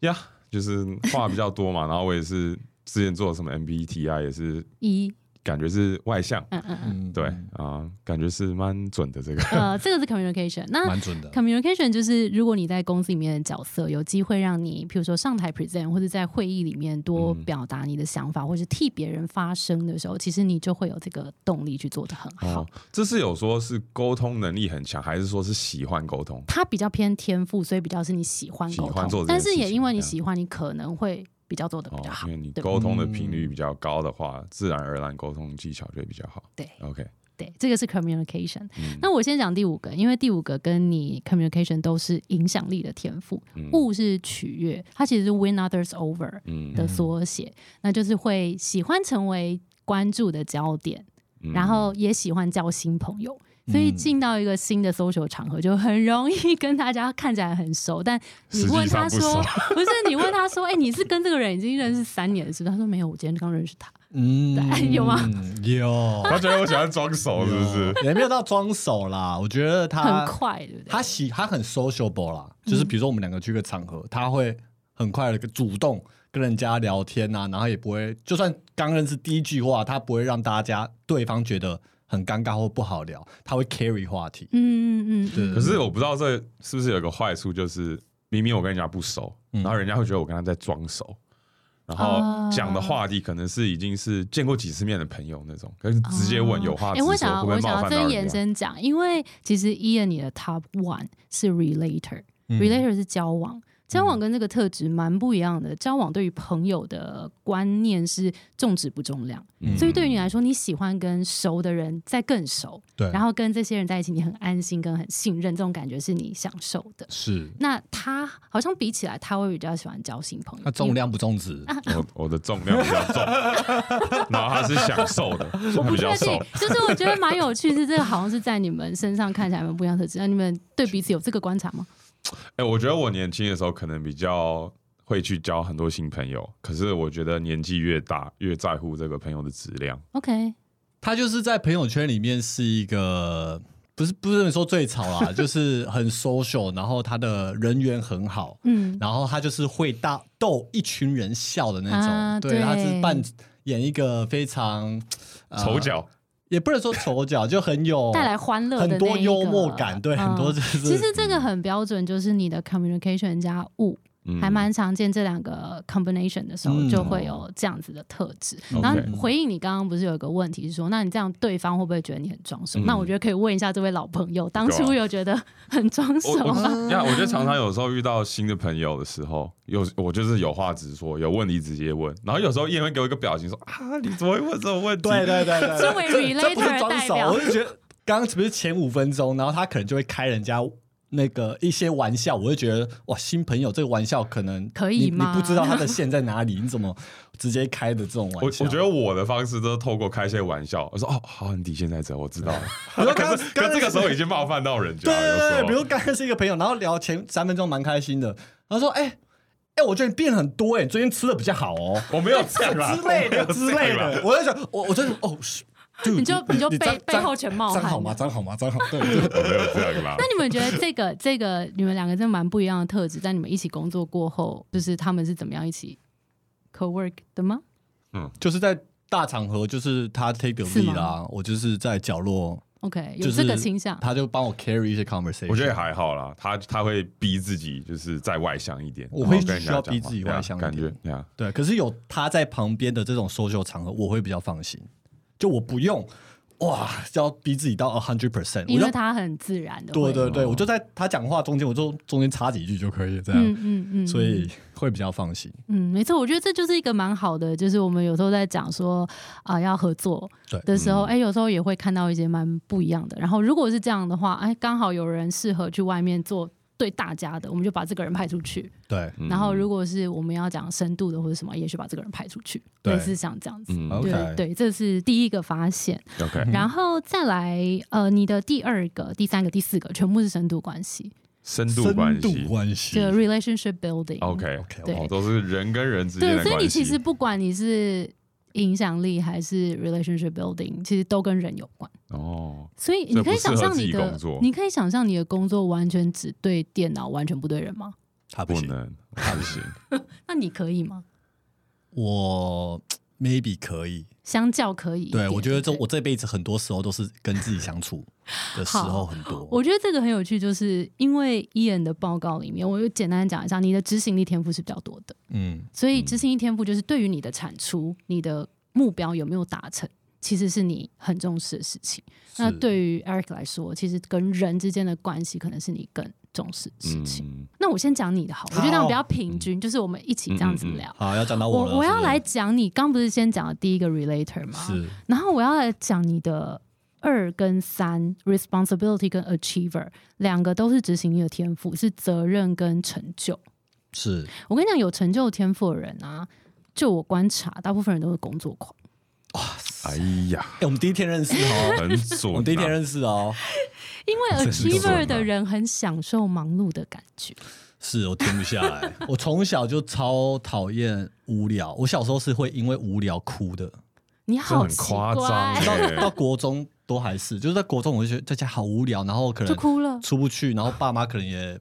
Speaker 2: 呀就是话比较多嘛。然后我也是之前做什么 MBTI 也是
Speaker 3: 一，
Speaker 2: 感觉是外向，
Speaker 3: 嗯嗯嗯，
Speaker 4: 嗯
Speaker 2: 对啊、感觉是蛮准的这个。
Speaker 3: 呃，这个是 communication。那
Speaker 4: 蛮准的。
Speaker 3: communication 就是如果你在公司里面的角色有机会让你，比如说上台 present 或者在会议里面多
Speaker 2: 嗯
Speaker 3: 表达你的想法，或是替别人发声的时候，其实你就会有这个动力去做的很 *laughs* 好。
Speaker 2: 哦，这是有说是沟通能力很强，还是说是喜欢沟通？
Speaker 3: 它比较偏天赋，所以比较是你喜欢
Speaker 2: 喜
Speaker 3: 沟
Speaker 2: 欢做
Speaker 3: 通，
Speaker 2: 这件
Speaker 3: 但是
Speaker 2: 事
Speaker 3: 也
Speaker 2: 情
Speaker 3: 因为你
Speaker 2: 这样
Speaker 3: 喜欢，你可能会比较做的比
Speaker 2: 哦
Speaker 3: 较，好
Speaker 2: 因为你。
Speaker 3: 对吧
Speaker 2: 沟通的频率比较高的话，自然而然沟通技巧就会比较好。
Speaker 3: 对
Speaker 2: ，OK，
Speaker 3: 对，这个是 communication。
Speaker 2: 嗯
Speaker 3: 那我先讲第五个，因为第五个跟你 communication 都是影响力的天赋。物是取悦，它其实是 win others over
Speaker 2: 嗯
Speaker 3: 的缩写，那就是会喜欢成为关注的焦点，
Speaker 2: 嗯
Speaker 3: 然后也喜欢交新朋友。所以进到一个新的 social 场合，就很容易跟大家看起来很熟，但你
Speaker 2: 实际
Speaker 3: 问他
Speaker 2: 上不
Speaker 3: 说，
Speaker 2: 熟
Speaker 3: 不是你问他说，哎、你是跟这个人已经认识三年了，是不是？他说没有，我今天刚认识他。
Speaker 4: 嗯
Speaker 3: *laughs* 有吗？
Speaker 4: 有，
Speaker 2: 他觉得我喜欢装熟， *laughs* 是不
Speaker 3: *laughs*
Speaker 2: 是？
Speaker 4: 也没有到装熟啦。我觉得他
Speaker 3: 很快，对不对？
Speaker 4: 他喜他很 sociable 啦，就是比如说我们两个去一个场
Speaker 3: 嗯
Speaker 4: 合，他会很快的主动跟人家聊天啊，然后也不会，就算刚认识第一句话，他不会让大家对方觉得很尴尬或不好聊，他会 carry 话题。
Speaker 3: 嗯嗯嗯嗯，
Speaker 4: 对，
Speaker 2: 可是我不知道这是不是有个坏处，就是明明我跟人家不熟，
Speaker 4: 嗯
Speaker 2: 然后人家会觉得我跟他在装熟。然后
Speaker 3: 啊
Speaker 2: 讲的话题可能是已经是见过几次面的朋友那种，可是直接问有话
Speaker 3: 哎、
Speaker 2: 直说，
Speaker 3: 我想要
Speaker 2: 会不会冒
Speaker 3: 我想要
Speaker 2: 犯
Speaker 3: 再
Speaker 2: 到人
Speaker 3: 延
Speaker 2: 啊家？
Speaker 3: 伸讲，因为其实 Ian 你的 Top One 是 Relator，Relator、relator
Speaker 2: 嗯
Speaker 4: 嗯
Speaker 3: 是交往。交往跟这个特质蛮不一样的。交往对于朋友的观念是重质不重量，
Speaker 2: 嗯
Speaker 3: 所以对于你来说，你喜欢跟熟的人再更熟，
Speaker 4: 对，
Speaker 3: 然后跟这些人在一起，你很安心跟很信任，这种感觉是你享受的。
Speaker 4: 是
Speaker 3: 那他好像比起来，他会比较喜欢交新朋友。
Speaker 4: 那重量不重质，
Speaker 3: 嗯
Speaker 2: 我我的重量比较重，
Speaker 3: *laughs*
Speaker 2: 然后他是享受的，他比较
Speaker 3: 确定
Speaker 2: 瘦，，
Speaker 3: 就是我觉得蛮有趣，是这个好像是在你们身上看起来蛮不一样的特质。那你们对彼此有这个观察吗？
Speaker 2: 哎、我觉得我年轻的时候可能比较会去交很多新朋友，可是我觉得年纪越大越在乎这个朋友的质量。
Speaker 3: OK，
Speaker 4: 他就是在朋友圈里面是一个。不是不是说最吵
Speaker 3: *laughs*
Speaker 4: 啦，就是很 social，然后他的人缘很好，
Speaker 3: 嗯，
Speaker 4: 然后他就是会大逗一群人笑的那种，
Speaker 3: 啊
Speaker 4: 对，
Speaker 3: 对
Speaker 4: 他是扮演一个非常呃
Speaker 2: 丑角，
Speaker 4: 也不能说丑角，就很有
Speaker 3: 带来欢乐的
Speaker 4: 很多
Speaker 3: 那一
Speaker 4: 幽
Speaker 3: 个
Speaker 4: 默感，对，
Speaker 3: 嗯
Speaker 4: 很多就是
Speaker 3: 其实这个很标准，就是你的 communication 加物，
Speaker 2: 嗯
Speaker 3: 还蛮常见。这两个 combination 的时候，
Speaker 4: 嗯哦
Speaker 3: 就会有这样子的特质。
Speaker 2: OK
Speaker 3: 然后回应你刚刚不是有一个问题是说，那你这样对方会不会觉得你很装熟？
Speaker 2: 嗯
Speaker 3: 那我觉得可以问一下这位老朋友，当
Speaker 2: 对
Speaker 3: 初
Speaker 4: 哦
Speaker 2: 啊
Speaker 3: 有觉得很装
Speaker 2: 我
Speaker 3: 熟吗？
Speaker 2: 我呀，我觉得常常有时候遇到新的朋友的时候，有我就是有话直说，有问题直接问，然后有时候也会给我一个表情说啊，你怎么会问这种问题？
Speaker 4: *laughs* 对对对对，
Speaker 3: 身为
Speaker 4: 对这这不
Speaker 3: relator
Speaker 4: 是
Speaker 3: 的
Speaker 4: 装
Speaker 3: 代
Speaker 4: 熟，
Speaker 3: 表
Speaker 4: 我就觉得刚刚是不是前五分钟，然后他可能就会开人家。那个一些玩笑，我就觉得哇，新朋友这个玩笑可能
Speaker 3: 可
Speaker 4: 你
Speaker 3: 以
Speaker 4: 你
Speaker 3: 吗
Speaker 4: 不知道他的线在哪里，你怎么直接开的这种
Speaker 2: 我
Speaker 4: 玩笑？
Speaker 2: 我觉得我的方式都是透过开一些玩笑，我说哦，好，你底线在这，我知道了。
Speaker 4: 你说
Speaker 2: *laughs*
Speaker 4: 刚
Speaker 2: 可是可
Speaker 4: 刚
Speaker 2: 是这个时候已经冒犯到人家，
Speaker 4: 对
Speaker 2: 啊有
Speaker 4: 对
Speaker 2: 时
Speaker 4: 对，
Speaker 2: 候
Speaker 4: 比如刚认识一个朋友，然后聊前三分钟蛮开心的，他说：“哎、哎、我觉得你变很多哎、你最近吃的比较好哦，
Speaker 2: 我没有这样啦，
Speaker 4: *laughs* 之类
Speaker 2: 我没
Speaker 4: 的
Speaker 2: 有
Speaker 4: 之
Speaker 2: 这样啊
Speaker 4: 类
Speaker 2: 啦
Speaker 4: 的。。我在想，我我在想，哦，是，dude，
Speaker 3: 你就你就
Speaker 4: 张
Speaker 3: 背背后全冒汗
Speaker 4: 张好吗？张好吗？张好，对对对 *laughs*
Speaker 2: 我没有这样啦
Speaker 3: 那。你们觉得这个 *laughs* 这个你们两个真的蛮不一样的特质，在你们一起工作过后，就是他们是怎么样一起 co work 的吗？
Speaker 4: 就是在大场合，就是他 take the
Speaker 3: 是
Speaker 4: lead
Speaker 3: 吗
Speaker 4: 啦，我就是在角落，
Speaker 3: OK，有
Speaker 4: 就是
Speaker 3: 这个倾向。
Speaker 4: 他就帮我 carry 一些 conversation。
Speaker 2: 我觉得也还好啦，他他会逼自己就是再外向一点，
Speaker 4: 我会
Speaker 2: 然后跟人家
Speaker 4: 需要
Speaker 2: 讲
Speaker 4: 逼
Speaker 2: 话
Speaker 4: 自己
Speaker 2: 对啊
Speaker 4: 外向一
Speaker 2: 感觉
Speaker 4: 点
Speaker 2: 对啊，
Speaker 4: 对，可是有他在旁边的这种 social 场合，我会比较放心，就我不用哇，要逼自己到 a hundred percent，
Speaker 3: 因为
Speaker 4: 我就
Speaker 3: 他很自然的，
Speaker 4: 对对对，我就在他讲话中间，我就中间插几句就可以了，这样，
Speaker 3: 嗯嗯嗯，
Speaker 4: 所以会比较放心。
Speaker 3: 嗯，没错，我觉得这就是一个蛮好的，就是我们有时候在讲说啊、要合作
Speaker 4: 对嗯
Speaker 3: 的时候，哎、有时候也会看到一些蛮不一样的。然后如果是这样的话，哎，刚好有人适合去外面做对大家的，我们就把这个人派出去。
Speaker 4: 对，
Speaker 2: 嗯
Speaker 3: 然后如果是我们要讲深度的或者什么，也许把这个人派出去，
Speaker 4: 对
Speaker 3: 类似像这样子。
Speaker 2: 嗯
Speaker 4: OK
Speaker 3: 对对，这是第一个发现，
Speaker 2: ，OK，
Speaker 3: 然后再来呃，你的第二个、第三个、第四个全部是深度关系，
Speaker 2: 深
Speaker 4: 深嗯
Speaker 2: 度关系
Speaker 4: 关系
Speaker 3: 这个 relationship building。
Speaker 2: ，OK
Speaker 4: OK，
Speaker 3: 对
Speaker 2: 哦，都是人跟人之间
Speaker 3: 对，
Speaker 2: 的
Speaker 3: 所以
Speaker 2: 关
Speaker 3: 你其实
Speaker 2: 系。
Speaker 3: 不管你是影响力还是 relationship building，其实都跟人有关。
Speaker 2: 哦，
Speaker 3: 所以
Speaker 2: 所
Speaker 3: 你
Speaker 2: 以
Speaker 3: 可以
Speaker 2: 不适合
Speaker 3: 想象
Speaker 2: 自己
Speaker 3: 你的
Speaker 2: 工作，
Speaker 3: 你可以想象你的工作完全只对电脑，完全不对人吗？
Speaker 4: 他啊不
Speaker 2: 不
Speaker 4: 行，
Speaker 2: 能，不行，
Speaker 3: 那你可以吗？
Speaker 4: 我 maybe 可以。
Speaker 3: 相较可以一点，
Speaker 4: 对，我觉得这
Speaker 3: 对
Speaker 4: 我这辈子很多时候都是跟自己相
Speaker 3: *laughs*
Speaker 4: 处的时候
Speaker 3: 好
Speaker 4: 很多。
Speaker 3: 我觉得这个很有趣，就是因为伊恩的报告里面，我就简单讲一下，你的执行力天赋是比较多的，
Speaker 4: 嗯，
Speaker 3: 所以执行力天赋就是对于你的产出、你的目标有没有达成，其实是你很重视的事情。那
Speaker 4: 是
Speaker 3: 对于 Eric 来说，其实跟人之间的关系可能是你更重视的事情。
Speaker 2: 嗯，
Speaker 3: 那我先讲你的好，我觉得这样
Speaker 4: 好嗯
Speaker 3: 比较平均，就是我们一起这样子聊。
Speaker 4: 好，要讲到嗯哦了，
Speaker 3: 我我
Speaker 4: 是不
Speaker 3: 要
Speaker 4: 是
Speaker 3: 来讲你刚不是先讲的第一个 relator 吗？
Speaker 4: 是
Speaker 3: 然后我要来讲你的二跟三 responsibility 跟 achiever 两个都是执行力的天赋，是责任跟成就。
Speaker 4: 是
Speaker 3: 我跟你讲，有成就天赋的人啊，就我观察，大部分人都是工作狂。
Speaker 2: 哎
Speaker 4: *laughs*
Speaker 2: 呀，
Speaker 4: 哎、我们第一天认识
Speaker 2: *laughs*
Speaker 4: 哦，
Speaker 2: 很
Speaker 4: 我
Speaker 2: 准
Speaker 4: 们第一天
Speaker 2: 啊，
Speaker 4: 认识哦，
Speaker 3: 因为
Speaker 4: 这是工作
Speaker 3: achiever
Speaker 2: 狂
Speaker 3: 的人很享受忙碌的感觉，
Speaker 4: 是我停不
Speaker 3: *laughs*
Speaker 4: 下来。我从小就超讨厌无聊，我小时候是会因为无聊哭的，
Speaker 3: 你
Speaker 2: 这
Speaker 3: 好
Speaker 2: 很
Speaker 3: 奇
Speaker 2: 夸张
Speaker 3: 怪，
Speaker 4: 到
Speaker 2: 欸
Speaker 4: 到国中都还是，就是在国中我就觉得在家好无聊，然后可
Speaker 3: 就
Speaker 4: 能
Speaker 3: 哭了，
Speaker 4: 出不去，然后爸妈可能也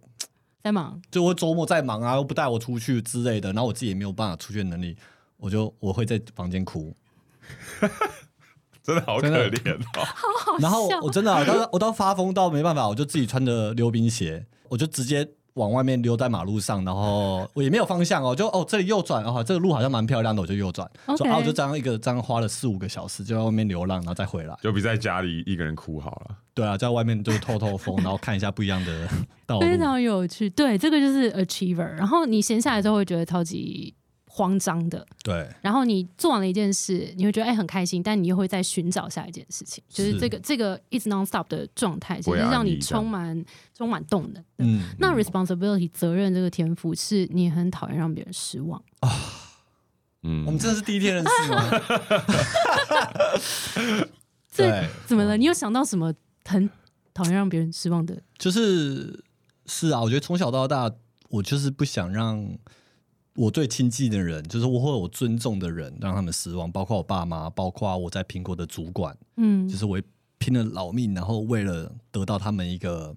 Speaker 3: 在忙。
Speaker 4: 就我周末在忙啊，又不带我出去之类的，然后我自己也没有办法出去的能力，我就我会在房间哭，
Speaker 2: 真的好可
Speaker 4: 真的
Speaker 2: 怜
Speaker 4: *laughs*
Speaker 2: 哦。
Speaker 4: 然后
Speaker 3: 笑
Speaker 4: 我真的啊、我到我到发疯到没办法，我就自己穿着溜冰鞋，我就直接往外面溜在马路上，然后我也没有方向哦，就哦这里右转哦，这个路好像蛮漂亮的，我就右转。
Speaker 3: OK
Speaker 4: 说啊，我就这样一个这样花了四五个小时就在外面流浪，然后再回来。
Speaker 2: 就比在家里一个人哭好了。
Speaker 4: 对啊，在外面就透透风，然后看一下不一样的 *laughs* 道路。
Speaker 3: 非常有趣，对，这个就是 achiever。然后你闲下来之后会觉得超级慌张的，
Speaker 4: 对，
Speaker 3: 然后你做完了一件事，你会觉得哎很开心，但你又会再寻找下一件事情，就是
Speaker 4: 是
Speaker 3: 这个这个一直 non stop 的状态，其
Speaker 2: 不
Speaker 3: 实
Speaker 2: 会
Speaker 3: 让
Speaker 2: 安
Speaker 3: 你
Speaker 2: 逸这样
Speaker 3: 充满充满动能。
Speaker 4: 嗯，
Speaker 3: 那 responsibility 责任这个天赋是你很讨厌让别人失望，
Speaker 2: 嗯
Speaker 4: 我们真的是第一天认识吗？
Speaker 3: *laughs* 这
Speaker 4: 对，
Speaker 3: 怎么了？你有想到什么很讨厌让别人失望的？
Speaker 4: 就是是啊，我觉得从小到大，我就是不想让我最亲近的人，就是我或者我尊重的人，让他们失望，包括我爸妈，包括我在苹果的主管，
Speaker 3: 嗯
Speaker 4: 就是我会拼了老命，然后为了得到他们一个，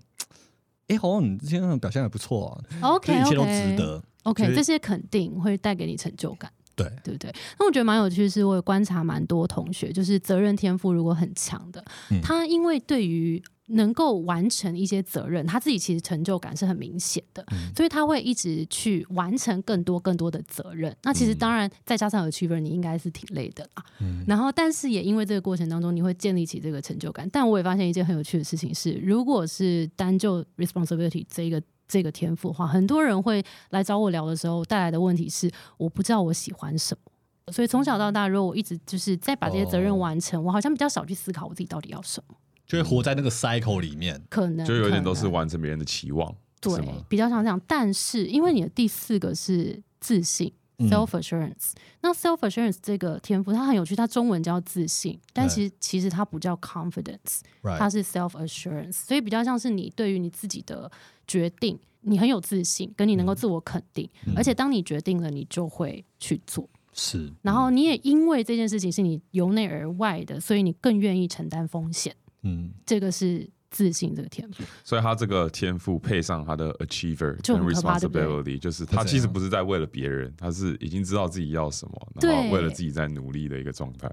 Speaker 4: 哎，好像你今天表现还不错啊，这
Speaker 3: ，OK
Speaker 4: 一
Speaker 3: OK，
Speaker 4: 切都值得。
Speaker 3: OK，
Speaker 4: 就是
Speaker 3: 这些肯定会带给你成就感。
Speaker 4: 对
Speaker 3: 对不对？那我觉得蛮有趣的是，我有观察蛮多同学，就是责任天赋如果很强的，
Speaker 4: 嗯
Speaker 3: 他因为对于能够完成一些责任，他自己其实成就感是很明显的，所以他会一直去完成更多更多的责任。那其实当然再加上有 achiever，你应该是挺累的啦。然后，但是也因为这个过程当中，你会建立起这个成就感。但我也发现一件很有趣的事情是，如果是单就 responsibility 这一个这个天赋的话，很多人会来找我聊的时候带来的问题是，我不知道我喜欢什么。所以从小到大，如果我一直就是在把这些责任完成，我好像比较少去思考我自己到底要什么，
Speaker 4: 就会活在那个 cycle 里面。
Speaker 3: 可能
Speaker 2: 就有
Speaker 4: 啊
Speaker 2: 点都
Speaker 3: 可
Speaker 2: 是
Speaker 3: 能
Speaker 2: 完成别人的期望，是
Speaker 3: 对
Speaker 2: 吗，？
Speaker 3: 比较像这样。但是因为你的第四个是自信。
Speaker 4: 嗯
Speaker 3: self assurance，、那 self assurance 这个天赋它很有趣，它中文叫自信，但
Speaker 4: 对
Speaker 3: 其实其实它不叫 confidence，
Speaker 4: Right
Speaker 3: 它是 self assurance，所以比较像是你对于你自己的决定，你很有自信，跟你能够自我肯定，
Speaker 4: 嗯
Speaker 3: 而且当你决定了，你就会去做。
Speaker 4: 是，
Speaker 3: 然后你也因为这件事情是你由内而外的，所以你更愿意承担风险。
Speaker 4: 嗯，
Speaker 3: 这个是自信这个天赋。
Speaker 2: 所以他这个天赋配上他的 achiever
Speaker 3: 就
Speaker 2: 跟
Speaker 3: 很可怕对不对
Speaker 2: responsibility，就是他其实不是在为了别人，他是已经知道自己要什么，然
Speaker 3: 对
Speaker 2: 后为了自己在努力的一个状态。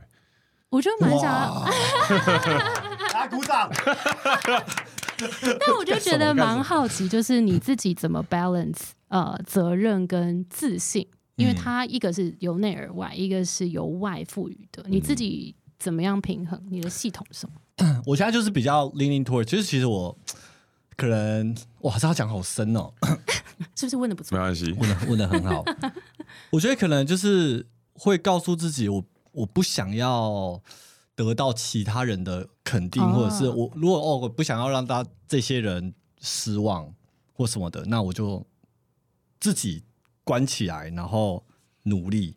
Speaker 3: 我就蛮想要，
Speaker 4: 啊，鼓掌，
Speaker 3: 但我就觉
Speaker 4: *laughs*
Speaker 3: 得蛮好奇，就是你自己怎么 balance 呃责任跟自信，因为
Speaker 4: 嗯
Speaker 3: 它一个是由内而外，一个是由外赋予的，你
Speaker 4: 嗯
Speaker 3: 自己怎么样平衡？你的系统是什么？ *laughs*
Speaker 4: 我现在就是比较 leaning toward，其实其实我可能哇，这要讲好深哦，
Speaker 3: 是不是问的不
Speaker 2: 没
Speaker 3: 错？
Speaker 2: 关系，
Speaker 4: 问的问的很好，我觉得可能就是会告诉自己我，我不想要得到其他人的肯定，
Speaker 3: 哦
Speaker 4: 或者是我如果哦，我不想要让大家这些人失望或什么的，那我就自己关起来，然后努力。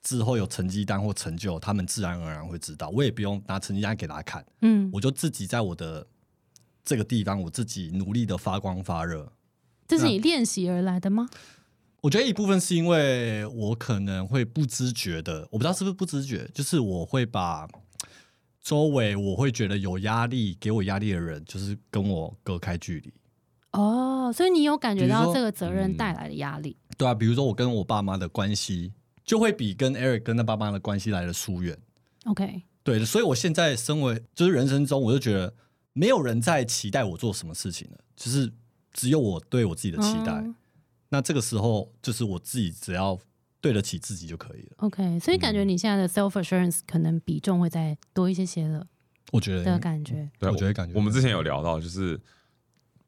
Speaker 4: 之后有成绩单或成就，他们自然而然会知道。我也不用拿成绩单给大家看，
Speaker 3: 嗯，
Speaker 4: 我就自己在我的这个地方，我自己努力的发光发热。
Speaker 3: 这是你练习而来的吗？
Speaker 4: 我觉得一部分是因为我可能会不知觉的，我不知道是不是不知觉，就是我会把周围我会觉得有压力、给我压力的人，就是跟我隔开距离。
Speaker 3: 哦，所以你有感觉
Speaker 4: 比如
Speaker 3: 到
Speaker 4: 说嗯
Speaker 3: 这个责任带来的压力？
Speaker 4: 对啊，比如说我跟我爸妈的关系，就会比跟 Eric 跟他爸妈的关系来的疏远。
Speaker 3: OK，
Speaker 4: 对，所以我现在身为就是人生中，我就觉得没有人在期待我做什么事情了，就是只有我对我自己的期待。
Speaker 3: 嗯
Speaker 4: 那这个时候，就是我自己只要对得起自己就可以了。
Speaker 3: OK，所以感觉你现在的 self assurance 可能比重会再多一些些了
Speaker 4: 我觉
Speaker 3: 的
Speaker 4: 得
Speaker 3: 啊感觉。
Speaker 2: 对
Speaker 4: 啊我觉得感觉
Speaker 2: 我们之前有聊到，就是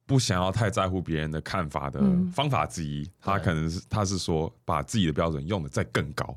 Speaker 2: 不想要太在乎别人的看法的
Speaker 3: 嗯
Speaker 2: 方法之一，他可能是他是说把自己的标准用的再更高，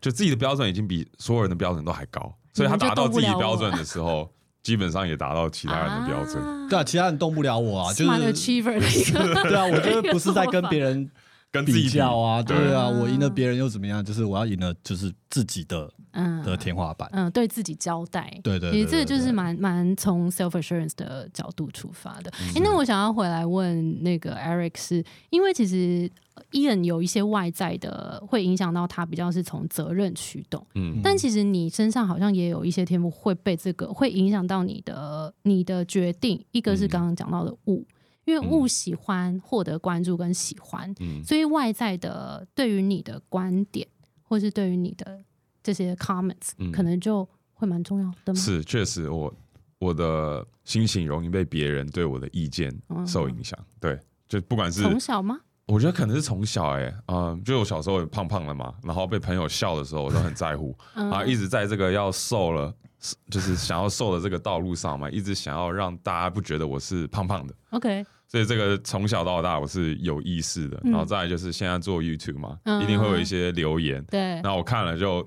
Speaker 2: 就自己的标准已经比所有人的标准都还高，所以他达到自己
Speaker 3: 啊
Speaker 2: 标准的时候，基本上也达到其他人嗯的标准，
Speaker 4: 对啊，其他人动不了我啊，就
Speaker 3: Smart
Speaker 4: 是
Speaker 3: achiever 的一个，
Speaker 4: 对啊，我就是不是在跟别人
Speaker 2: 跟自己
Speaker 4: 比
Speaker 2: 比
Speaker 4: 较啊，
Speaker 2: 对
Speaker 4: 对啊，我赢了
Speaker 3: 嗯
Speaker 4: 别人又怎么样？就是我要赢了，就是自己的
Speaker 3: 嗯
Speaker 4: 的天花板。
Speaker 3: *laughs* 嗯，对自己交代。
Speaker 4: 对对对
Speaker 3: 其实这个
Speaker 4: 对对
Speaker 3: 就是
Speaker 4: 对
Speaker 3: 蛮蛮从 self assurance 的角度出发的。
Speaker 4: 嗯
Speaker 3: 哎、那我想要回来问那个 Eric，是因为其实呃 Ian 有一些外在的会影响到他，比较是从责任驱动。
Speaker 2: 嗯
Speaker 3: 但其实你身上好像也有一些天赋会被这个会影响到你的你的决定。一
Speaker 2: 嗯
Speaker 3: 个是刚刚讲到的物，因为物喜欢获得关注跟喜欢，
Speaker 2: 嗯
Speaker 3: 所以外在的对于你的观点，或是对于你的这些 comments，、
Speaker 2: 嗯
Speaker 3: 可能就会蛮重要的吗？
Speaker 2: 是确实我我的心情容易被别人对我的意见受影响，对，就不管是
Speaker 3: 哦从小吗？
Speaker 2: 我觉得可能是从小哎、欸，嗯，就我小时候也胖胖的嘛，然后被朋友笑的时候，我都很在乎，
Speaker 3: *laughs* 嗯
Speaker 2: 然后啊一直在这个要瘦了，是就是想要瘦的这个道路上嘛，一直想要让大家不觉得我是胖胖的，
Speaker 3: OK，
Speaker 2: 所以这个从小到大我是有意识的。
Speaker 3: 嗯
Speaker 2: 然后再来就是现在做 YouTube 嘛，一定会有一些留言，
Speaker 3: 对，
Speaker 2: 然后我看了就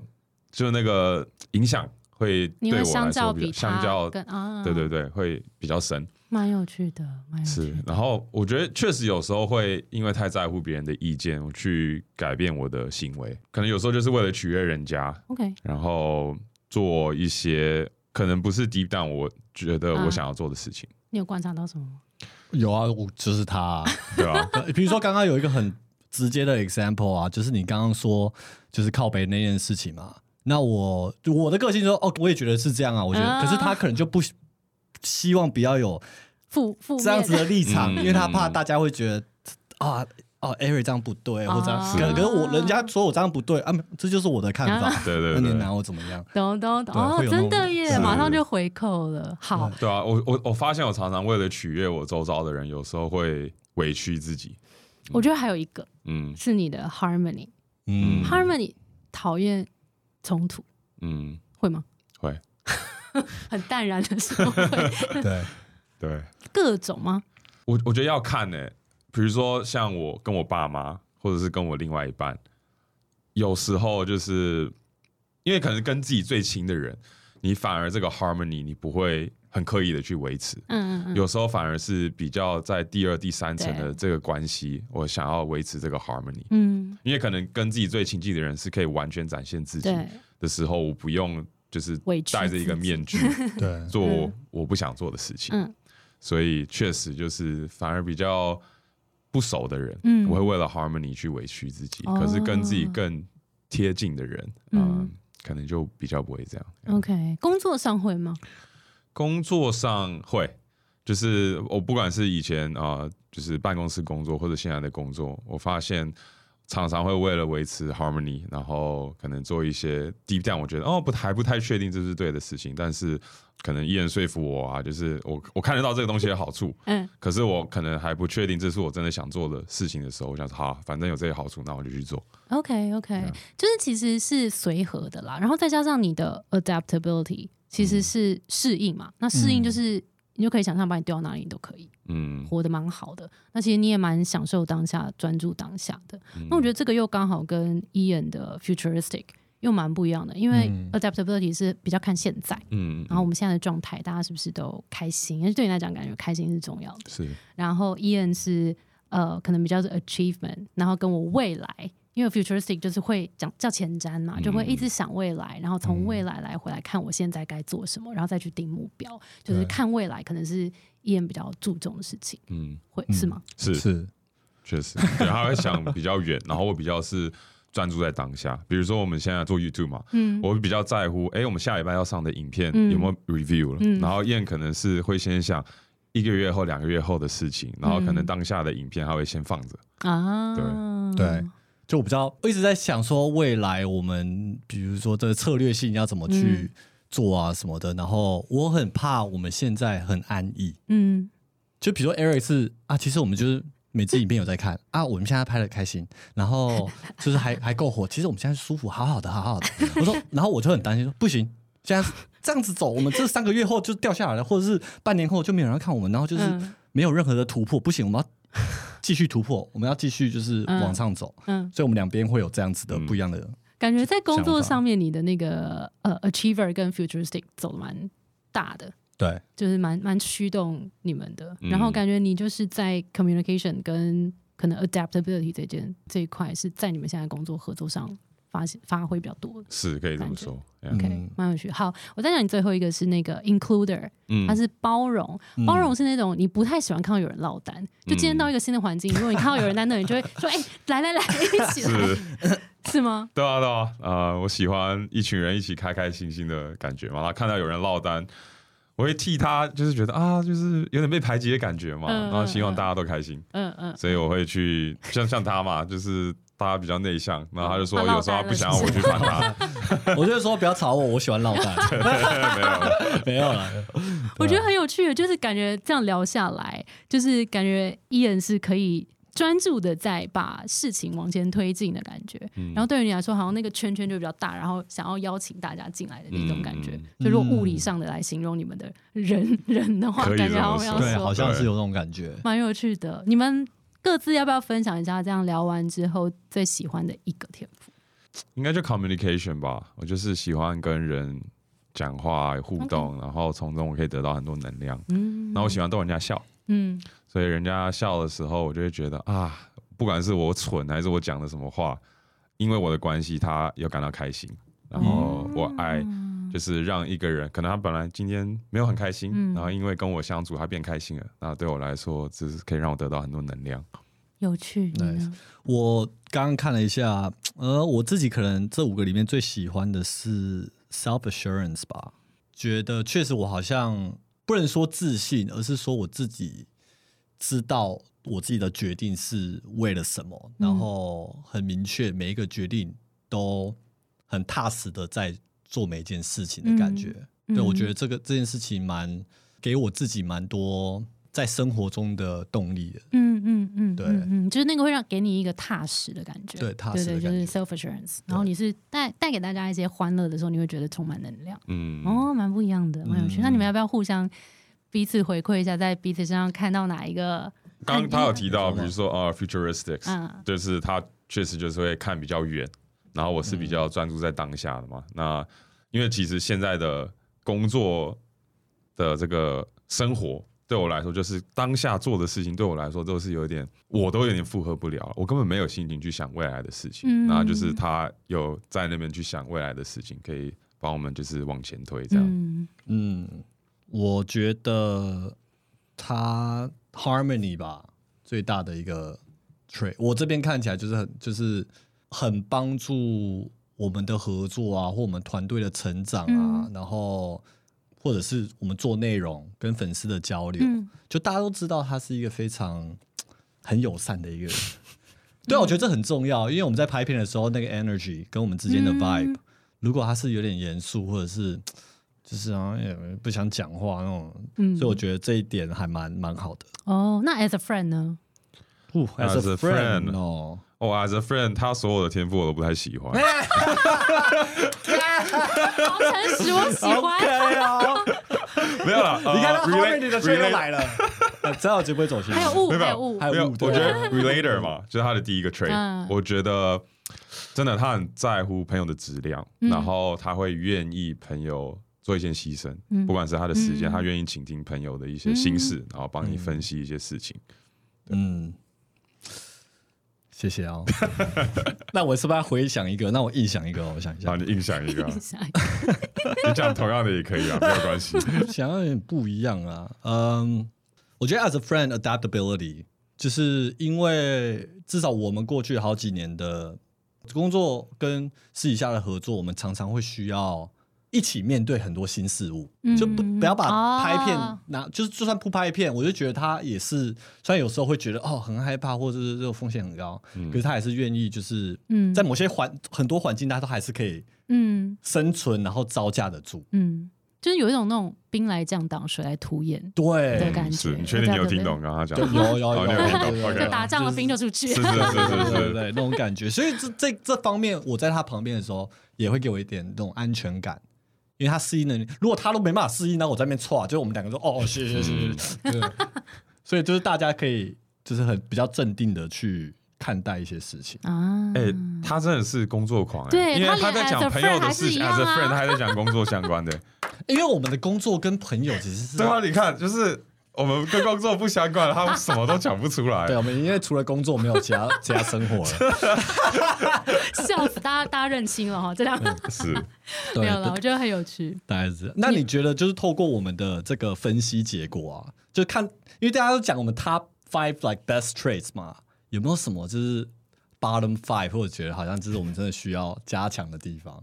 Speaker 2: 就那个影响会
Speaker 3: 你
Speaker 2: 对我
Speaker 3: 会
Speaker 2: 来
Speaker 3: 相
Speaker 2: 说
Speaker 3: 较
Speaker 2: 比较
Speaker 3: 比
Speaker 2: 相
Speaker 3: 他
Speaker 2: 较，
Speaker 3: 跟啊，
Speaker 2: 对对，对，会比较深。
Speaker 3: 蛮有趣的，蛮有趣
Speaker 2: 是
Speaker 3: 的，，
Speaker 2: 然后我觉得确实有时候会因为太在乎别人的意见，我去改变我的行为，可能有时候就是为了取悦人家，
Speaker 3: OK，
Speaker 2: 然后做一些可能不是 deep down 我觉得我
Speaker 3: 嗯
Speaker 2: 想要做的事情，
Speaker 3: 你有观察到什么吗？
Speaker 4: 有啊，我就是他啊、
Speaker 2: 对吧？
Speaker 4: *laughs*
Speaker 2: *laughs*
Speaker 4: 呃比如说刚刚有一个很直接的 example 啊，就是你刚刚说就是靠北那件事情嘛。那我我的个性就说哦，我也觉得是这样啊，我觉得，
Speaker 3: 啊
Speaker 4: 可是他可能就不希希望不要有
Speaker 3: 负负面
Speaker 4: 这样子的立场，
Speaker 2: 嗯
Speaker 4: 因为他怕大家会觉得啊。哦 e r i 这样不对，
Speaker 3: 啊啊
Speaker 4: 或者这样
Speaker 3: 是
Speaker 4: 可可是我人家说我这样不对啊，没这就是我的看法，
Speaker 2: *laughs* 对
Speaker 4: 那
Speaker 2: 对
Speaker 4: 你
Speaker 2: 对。
Speaker 4: 拿我怎么样？
Speaker 3: 懂懂懂
Speaker 4: 对啊
Speaker 3: 哦
Speaker 4: 会，有那
Speaker 3: 真
Speaker 4: 种
Speaker 3: 的耶，
Speaker 4: 是
Speaker 3: 马上就回扣了。好，
Speaker 2: 对啊，我我我发现我常常为了取悦我周遭的人，有时候会委屈自己。
Speaker 3: 我觉得还有一个
Speaker 2: 嗯
Speaker 3: 是你的 harmony，harmony、
Speaker 4: 嗯，
Speaker 3: Harmony 讨厌冲突，
Speaker 2: 嗯，
Speaker 3: 会吗？
Speaker 2: 会，
Speaker 3: *laughs* 很淡然的说会 *laughs*
Speaker 2: 嗯
Speaker 4: 对，
Speaker 2: 对
Speaker 3: 各种吗？
Speaker 2: 我我觉得要看呢、比如说像我跟我爸妈，或者是跟我另外一半，有时候就是因为可能跟自己最亲的人，你反而这个 harmony 你不会很刻意的去维持，
Speaker 3: 嗯嗯嗯，
Speaker 2: 有时候反而是比较在第二、第三层的
Speaker 3: 对
Speaker 2: 这个关系，我想要维持这个 harmony，
Speaker 3: 嗯，
Speaker 2: 因为可能跟自己最亲近的人是可以完全展现自己
Speaker 3: 对，
Speaker 2: 的时候，我不用就是
Speaker 3: 委屈
Speaker 2: 戴着一个
Speaker 3: 自己
Speaker 2: 面
Speaker 3: *laughs*
Speaker 2: 具
Speaker 4: 对，
Speaker 2: 做
Speaker 3: 嗯
Speaker 2: 我不想做的事情。
Speaker 3: 嗯
Speaker 2: 所以确实就是反而比较不熟的人，
Speaker 3: 嗯
Speaker 2: 我会为了 harmony 去委屈自己，
Speaker 3: 哦
Speaker 2: 可是跟自己更贴近的人，
Speaker 3: 嗯哦
Speaker 2: 嗯，可能就比较不会这样。
Speaker 3: OK，工作上会吗？
Speaker 2: 工作上会，就是我不管是以前啊、呃就是办公室工作或者现在的工作，我发现常常会为了维持 harmony，然后可能做一些 deep down 我觉得哦不还不太确定这是对的事情，但是可能一人说服我啊，就是我我看得到这个东西的好处，
Speaker 3: 嗯
Speaker 2: 可是我可能还不确定这是我真的想做的事情的时候，我想说好，反正有这些好处，那我就去做。
Speaker 3: ，OK OK，、就是
Speaker 4: 啊
Speaker 3: 其实是随和的啦，然后再加上你的 adaptability，其
Speaker 4: 嗯
Speaker 3: 实是适应嘛。那适应就是、你就可以想象把你丢到哪里你都可以，
Speaker 2: 嗯，
Speaker 3: 活得蛮好的。那其实你也蛮享受当下、专注当下的。
Speaker 2: 嗯
Speaker 3: 那我觉得这个又刚好跟 Ian 的 futuristic 又蛮不一样的，因为
Speaker 4: 嗯
Speaker 3: adaptability 是比较看现在。
Speaker 2: 嗯，嗯
Speaker 3: 然后我们现在的状态，大家是不是都开心？因为对你来讲，感觉开心是重要的。
Speaker 2: 是
Speaker 3: 然后 Ian 是呃，可能比较是 achievement，然后跟我未来，因为 futuristic 就是会讲叫前瞻嘛，就会一直想未来，然后从未
Speaker 4: 嗯
Speaker 3: 来来回来看我现在该做什么，然后再去定目标，就是
Speaker 4: 对
Speaker 3: 看未来可能是 Ian 比较注重的事情，
Speaker 2: 嗯
Speaker 3: 会是吗？
Speaker 2: *laughs* 是
Speaker 4: 是，
Speaker 2: 确实，对，他会想比较远，然后我比较是专注在当下。比如说我们现在做 YouTube 嘛，
Speaker 3: 嗯
Speaker 2: 我会比较在乎，哎、我们下礼拜要上的影片
Speaker 3: 嗯
Speaker 2: 有没有 review 了，
Speaker 3: 嗯
Speaker 2: 然后燕可能是会先想。一个月后、两个月后的事情，然后可能
Speaker 3: 嗯
Speaker 2: 当下的影片他会先放着，
Speaker 3: 啊，
Speaker 4: 对，就我比较我一直在想说，未来我们比如说这个策略性要怎么
Speaker 3: 嗯
Speaker 4: 去做啊什么的，然后我很怕我们现在很安逸，
Speaker 3: 嗯
Speaker 4: 就比如说 Eric 是啊，其实我们就是每支影片有在看啊，我们现在拍的开心，然
Speaker 3: *laughs*
Speaker 4: 后就是还还够火，其实我们现在舒服，好好的，好好的。我说，然后我就很担心说，不行，现在 *laughs* 这样子走，我们这三个月后就掉下来了，或者是半年后就没有人要看我们，然后就是
Speaker 3: 嗯
Speaker 4: 没有任何的突破，不行，我们要继续突破，我们要继续就是往上走。
Speaker 3: 嗯，
Speaker 4: 所以我们两边会有这样子的不一样的，
Speaker 3: 感觉在工作
Speaker 4: 想法
Speaker 3: 上面，你的那个呃 achiever 跟 futuristic 走的蛮大的，
Speaker 4: 对，
Speaker 3: 就是蛮蛮驱动你们的。
Speaker 2: 嗯
Speaker 3: 然后感觉你就是在 communication 跟可能 adaptability 这件这一块是在你们现在工作合作上发现发挥比较多的。
Speaker 2: 是可以这么说。Yeah，
Speaker 4: 嗯
Speaker 2: 嗯
Speaker 3: OK，蛮有趣。好，我再讲你最后一个是那个 includer，它
Speaker 2: 嗯，
Speaker 3: 是包容，包容是那种你不太喜欢看到有人落单，就今
Speaker 2: 嗯
Speaker 3: 天到一个新的环境，如果你看到有人在那里，你
Speaker 2: *laughs*
Speaker 3: 就会说：“哎、来来来，一起来。
Speaker 2: 是，”
Speaker 3: 是吗？
Speaker 2: 对啊，对啊，呃，我喜欢一群人一起开开心心的感觉嘛。然后看到有人落单，我会替他，就是觉得啊，就是有点被排挤的感觉嘛。
Speaker 3: 嗯
Speaker 2: 然后希
Speaker 3: 嗯
Speaker 2: 望
Speaker 3: 嗯
Speaker 2: 大家都开心。
Speaker 3: 嗯嗯。
Speaker 2: 所以我会去像像他嘛，就是他比较内向，然后他就说
Speaker 3: 他
Speaker 2: 有
Speaker 3: 落单
Speaker 2: 时候他
Speaker 3: 了
Speaker 2: 不想要我去烦他，
Speaker 4: *laughs* 我就说不要吵我，我喜欢落蛋，
Speaker 2: 没有，
Speaker 4: *laughs* 没有了。
Speaker 2: 啊
Speaker 3: 我觉得很有趣的，就是感觉这样聊下来，就是感觉伊人是可以专注的在把事情往前推进的感觉。
Speaker 2: 嗯
Speaker 3: 然后对于你来说，好像那个圈圈就比较大，然后想要邀请大家进来的那种感觉。
Speaker 2: 嗯
Speaker 3: 就如果物理上的来形容你们的人、人的话，
Speaker 2: 可以
Speaker 3: 感
Speaker 2: 这
Speaker 3: 觉
Speaker 2: 么
Speaker 3: 好像要
Speaker 2: 对
Speaker 4: 对，
Speaker 3: 说
Speaker 4: 好像是有那种感觉。
Speaker 3: 蛮有趣的。你们各自要不要分享一下？这样聊完之后，最喜欢的一个天赋？
Speaker 2: 应该就 communication 吧。我就是喜欢跟人讲话互动，然后从中我可以得到很多能量。
Speaker 3: 嗯
Speaker 2: 然后我喜欢逗人家笑，
Speaker 3: 嗯
Speaker 2: 所以人家笑的时候，我就会觉得啊，不管是我蠢还是我讲的什么话，因为我的关系，他有感到开心，然后
Speaker 3: 嗯
Speaker 2: 我爱。就是让一个人，可能他本来今天没有很开心，
Speaker 3: 嗯
Speaker 2: 然后因为跟我相处，他变开心了。那对我来说，这是可以让我得到很多能量。
Speaker 3: 有趣。你呢
Speaker 4: 我刚刚看了一下，呃，我自己可能这五个里面最喜欢的是 self assurance 吧，觉得确实我好像不能说自信，而是说我自己知道我自己的决定是为了什么，
Speaker 3: 嗯
Speaker 4: 然后很明确每一个决定都很踏实的在做每一件事情的感觉。对，我
Speaker 3: 嗯
Speaker 4: 觉得这个这件事情蛮给我自己蛮多在生活中的动力的。
Speaker 3: 嗯嗯嗯，
Speaker 4: 对
Speaker 3: 嗯，嗯就是那个会让给你一个踏实的感觉，
Speaker 4: 对踏实的
Speaker 3: 对对，
Speaker 4: 感
Speaker 3: 就是 self assurance。然后
Speaker 4: 对
Speaker 3: 你是带带给大家一些欢乐的时候，你会觉得充满能量，
Speaker 2: 嗯，
Speaker 3: 哦，蛮不一样的，蛮有趣。
Speaker 4: 嗯
Speaker 3: 那你们要不要互相彼此回馈一下，在彼此身上看到哪一个？
Speaker 2: 刚刚他有提到，
Speaker 4: 嗯
Speaker 2: 比如说啊、f u t u r i s t i c s
Speaker 3: 嗯
Speaker 2: 就是他确实就是会看比较远，然后我是
Speaker 4: 嗯
Speaker 2: 比较专注在当下的嘛。那因为其实现在的工作的这个生活。对我来说，就是当下做的事情，对我来说都是有点，我都有点负荷不了，我根本没有心情去想未来的事情。
Speaker 3: 嗯
Speaker 2: 那、就是他有在那边去想未来的事情，可以帮我们就是往前推这样。
Speaker 3: 嗯
Speaker 4: 嗯，我觉得他 harmony 吧，最大的一个 portray，我这边看起来就是很就是很帮助我们的合作啊，或我们团队的成长啊，然后或者是我们做内容跟粉丝的交流，
Speaker 3: 嗯
Speaker 4: 就大家都知道他是一个非常很友善的一个人。 *laughs* 对啊，我觉得这很重要，因为我们在拍片的时候，那个 energy 跟我们之间的
Speaker 3: 嗯
Speaker 4: vibe，、如果他是有点严肃，或者是就是啊也不想讲话那种，
Speaker 3: 嗯
Speaker 4: 所以我觉得这一点还蛮蛮好的。
Speaker 3: 哦，那 as a friend 呢？
Speaker 4: 哦
Speaker 2: As a friend
Speaker 4: 哦，
Speaker 2: 哦、a s a friend，他所有的天赋我都不太喜
Speaker 4: *laughs*
Speaker 2: 欢。
Speaker 3: 好诚实，我喜欢。
Speaker 2: *laughs*
Speaker 4: 啊，
Speaker 2: 没有啦，呃
Speaker 4: 你看到
Speaker 2: relate-
Speaker 4: 后面你的圈
Speaker 2: relate-
Speaker 4: 又来了，呃 *laughs* 这样我绝不会走心。
Speaker 3: 还有雾，
Speaker 2: 没有
Speaker 3: 还有雾
Speaker 4: 还，有
Speaker 2: 没有，
Speaker 4: 对啊
Speaker 2: 我觉得 relater 嘛，就是他的第一个 trait，、
Speaker 3: 嗯
Speaker 2: 我觉得真的他很在乎朋友的质量，
Speaker 3: 嗯
Speaker 2: 然后他会愿意朋友做一些牺牲，
Speaker 3: 嗯
Speaker 2: 不管是他的时间，
Speaker 3: 嗯
Speaker 2: 他愿意倾听朋友的一些心事，然后帮你分析一些事情。
Speaker 4: 嗯，谢谢哦。那我是不是要回想一个？那我印想一个哦，我想
Speaker 2: 然
Speaker 4: 一下
Speaker 2: 后，你印象一个啊，
Speaker 3: 下一个 *laughs*
Speaker 2: 你讲同样的也可以啊，没有关系。
Speaker 4: 想要有点不一样啊。嗯，我觉得 as a friend adaptability，就是因为至少我们过去好几年的工作跟私底下的合作，我们常常会需要一起面对很多新事物，
Speaker 3: 嗯
Speaker 4: 就不不要把拍
Speaker 3: 哦
Speaker 4: 片拿，就是就算不拍片，我就觉得他也是，虽然有时候会觉得哦很害怕，或者是这个风险很高，可是他还是愿意，就是
Speaker 3: 嗯
Speaker 4: 在某些环很多环境，他都还是可以
Speaker 3: 嗯
Speaker 4: 生存，然后招架得住。
Speaker 3: 嗯，就是有一种那种兵来将挡，水来土掩。
Speaker 4: 对
Speaker 3: 的感觉
Speaker 2: 是你确定你有听懂刚刚他讲
Speaker 4: 对，
Speaker 2: 的？
Speaker 4: 有有有
Speaker 2: 哦
Speaker 4: 有
Speaker 2: 你有听
Speaker 4: 有
Speaker 2: 懂
Speaker 4: 有
Speaker 2: OK
Speaker 4: 有
Speaker 3: 打仗了，兵就出去
Speaker 2: 是。是是
Speaker 4: 对
Speaker 2: 是
Speaker 4: 对
Speaker 2: 是，
Speaker 4: 对，那种感觉。所以这这这方面，我在他旁边的时候，也会给我一点那种安全感，因为他适应能力。如果他都没办法适应，那我在那边错，就是我们两个说哦，是是是是，对。所以就是大家可以就是很比较镇定的去看待一些事情。
Speaker 3: *laughs* 啊，
Speaker 2: 哎、他真的是工作狂、哎，
Speaker 3: 对
Speaker 2: 因为
Speaker 3: 他连
Speaker 2: 在
Speaker 3: as
Speaker 2: 讲
Speaker 3: a
Speaker 2: 朋友
Speaker 3: friend
Speaker 2: 的
Speaker 3: 还
Speaker 2: 事
Speaker 3: 是一
Speaker 2: 情
Speaker 3: 样
Speaker 2: ，as a
Speaker 3: 啊
Speaker 2: friend，他还在讲工作相关的、
Speaker 4: 因为我们的工作跟朋友其实是
Speaker 2: 对啊，你看，就是我们跟工作不相关，他什么都讲不出来。
Speaker 4: 对，我们因为除了工作没有其他其他生活了。
Speaker 3: 笑死！大家大家认清了哈，这两个
Speaker 2: 是，
Speaker 4: 对嗯
Speaker 3: 没有了，我觉得很有趣。
Speaker 4: 大概是这样。那你觉得就是透过我们的这个分析结果啊，就看，因为大家都讲我们 top five like best traits 嘛，有没有什么就是 bottom five，或者觉得好像就是我们真的需要加强的地方？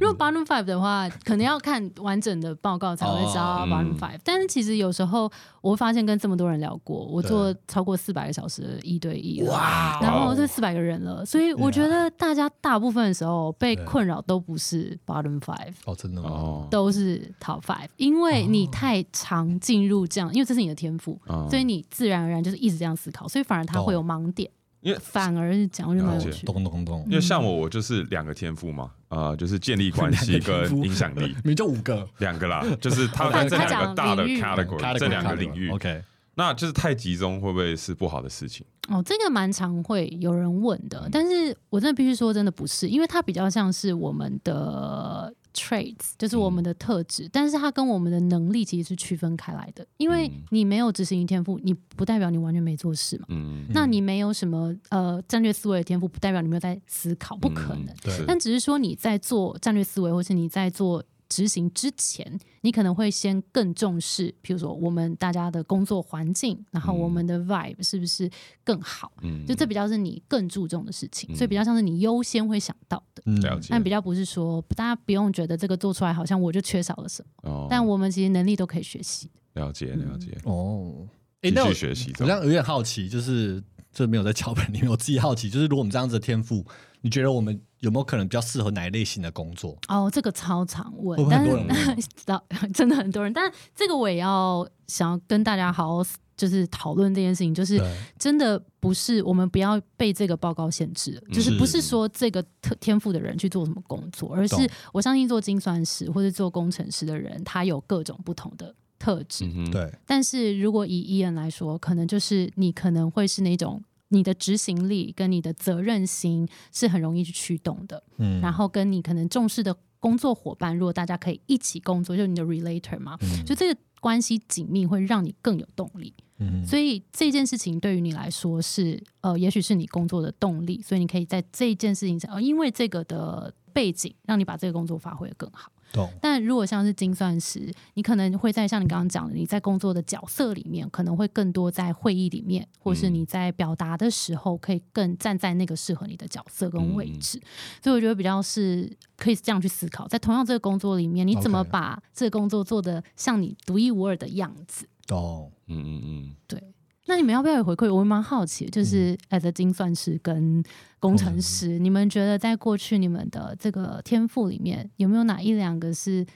Speaker 3: 如果 bottom five 的话，可能要看完整的报告才会知道
Speaker 4: 哦
Speaker 3: bottom five、但是其实有时候我会发现跟这么多人聊过，我
Speaker 4: 对
Speaker 3: 做超过四百个小时的一对一了，
Speaker 4: 哇
Speaker 3: 然后这四百个人了，所以我觉得大家大部分的时候被困扰都不是 bottom five。
Speaker 4: 哦，真的吗？
Speaker 2: 哦，
Speaker 3: 都是 top five，因为你太常进入这样，因为这是你的天赋，
Speaker 2: 哦
Speaker 3: 所以你自然而然就是一直这样思考，所以反而它会有盲点，
Speaker 2: 因为
Speaker 3: 反而是讲我觉得蛮有
Speaker 2: 了
Speaker 3: 趣的。
Speaker 4: 咚咚咚
Speaker 2: 因，为像我，我就是两个天赋嘛，啊、就是建立关系跟影响
Speaker 4: *laughs*
Speaker 2: 力
Speaker 4: 你就五个
Speaker 2: 两个啦，就是
Speaker 3: *laughs*
Speaker 2: 他在这
Speaker 3: 他
Speaker 2: 两个
Speaker 3: 讲
Speaker 2: 大的
Speaker 3: 领域
Speaker 2: category 这两个领域，
Speaker 4: ，OK，
Speaker 2: 那就是太集中会不会是不好的事情？
Speaker 3: 哦，这个蛮常会有人问的，但是我真的必须说，真的不是，因为它比较像是我们的 traits，就是我们的特质，但是它跟我们的能力其实是区分开来
Speaker 2: 嗯
Speaker 3: 的，因为你没有执行力天赋，你不代表你完全没做事嘛。
Speaker 2: 嗯，
Speaker 3: 那你没有什么呃战略思维的天赋，不代表你没有在思考，不可能。
Speaker 2: 嗯是
Speaker 3: 但只是说你在做战略思维，或是你在做执行之前，你可能会先更重视，譬如说我们大家的工作环境，然后
Speaker 4: 嗯
Speaker 3: 我们的 vibe 是不是更好？
Speaker 2: 嗯
Speaker 3: 就这比较是你更注重的事情，
Speaker 2: 嗯
Speaker 3: 所以比较像是你优先会想到的。
Speaker 4: 嗯
Speaker 2: 了解
Speaker 3: 但比较不是说大家不用觉得这个做出来好像我就缺少了什么，
Speaker 2: 哦，
Speaker 3: 但我们其实能力都可以学习。
Speaker 2: 了解了解，
Speaker 4: 哦。
Speaker 2: 继
Speaker 4: 诶那我
Speaker 2: 续学习
Speaker 4: 我
Speaker 2: 中
Speaker 4: 这，样有点好奇，就是这没有在脚本里面，我自己好奇，就是如果我们这样子的天赋，你觉得我们有没有可能比较适合哪一类型的工作？
Speaker 3: 哦，这个超常问
Speaker 4: 会，不会
Speaker 3: 但是
Speaker 4: 很多人问
Speaker 3: *laughs* 到真的很多人，但这个我也要想要跟大家好好就是讨论这件事情，就是
Speaker 4: 对
Speaker 3: 真的不是我们不要被这个报告限制了，就是不是说这个特天赋的人去做什么工作，而是
Speaker 4: 懂
Speaker 3: 我相信做精算师或者做工程师的人，他有各种不同的特质，
Speaker 2: 嗯哼，
Speaker 4: 对，
Speaker 3: 但是如果以伊人来说，可能就是你可能会是那种你的执行力跟你的责任心是很容易去驱动的，
Speaker 4: 嗯
Speaker 3: 然后跟你可能重视的工作伙伴，如果大家可以一起工作，就是你的 relator 嘛，就这个关系紧密会让你更有动力。
Speaker 4: 嗯
Speaker 3: 所以这件事情对于你来说是呃，也许是你工作的动力，所以你可以在这件事情上，呃，因为这个的背景，让你把这个工作发挥的更好。
Speaker 4: 嗯懂
Speaker 3: 但如果像是精算师，你可能会在像你刚刚讲的，你在工作的角色里面，可能会更多在会议里面，或是
Speaker 2: 嗯
Speaker 3: 你在表达的时候，可以更站在那个适合你的角色跟位置。所以我觉得比较是可以这样去思考，在同样这个工作里面，你怎么
Speaker 4: OK
Speaker 3: 把这个工作做的像你独一无二的样子？
Speaker 4: 懂。
Speaker 2: 嗯嗯嗯，
Speaker 3: 对。那你们要不要有回馈？我蛮好奇，就是 as a 精算师跟嗯工程师，你们觉得在过去你们的这个天赋里面，有没有哪一两个是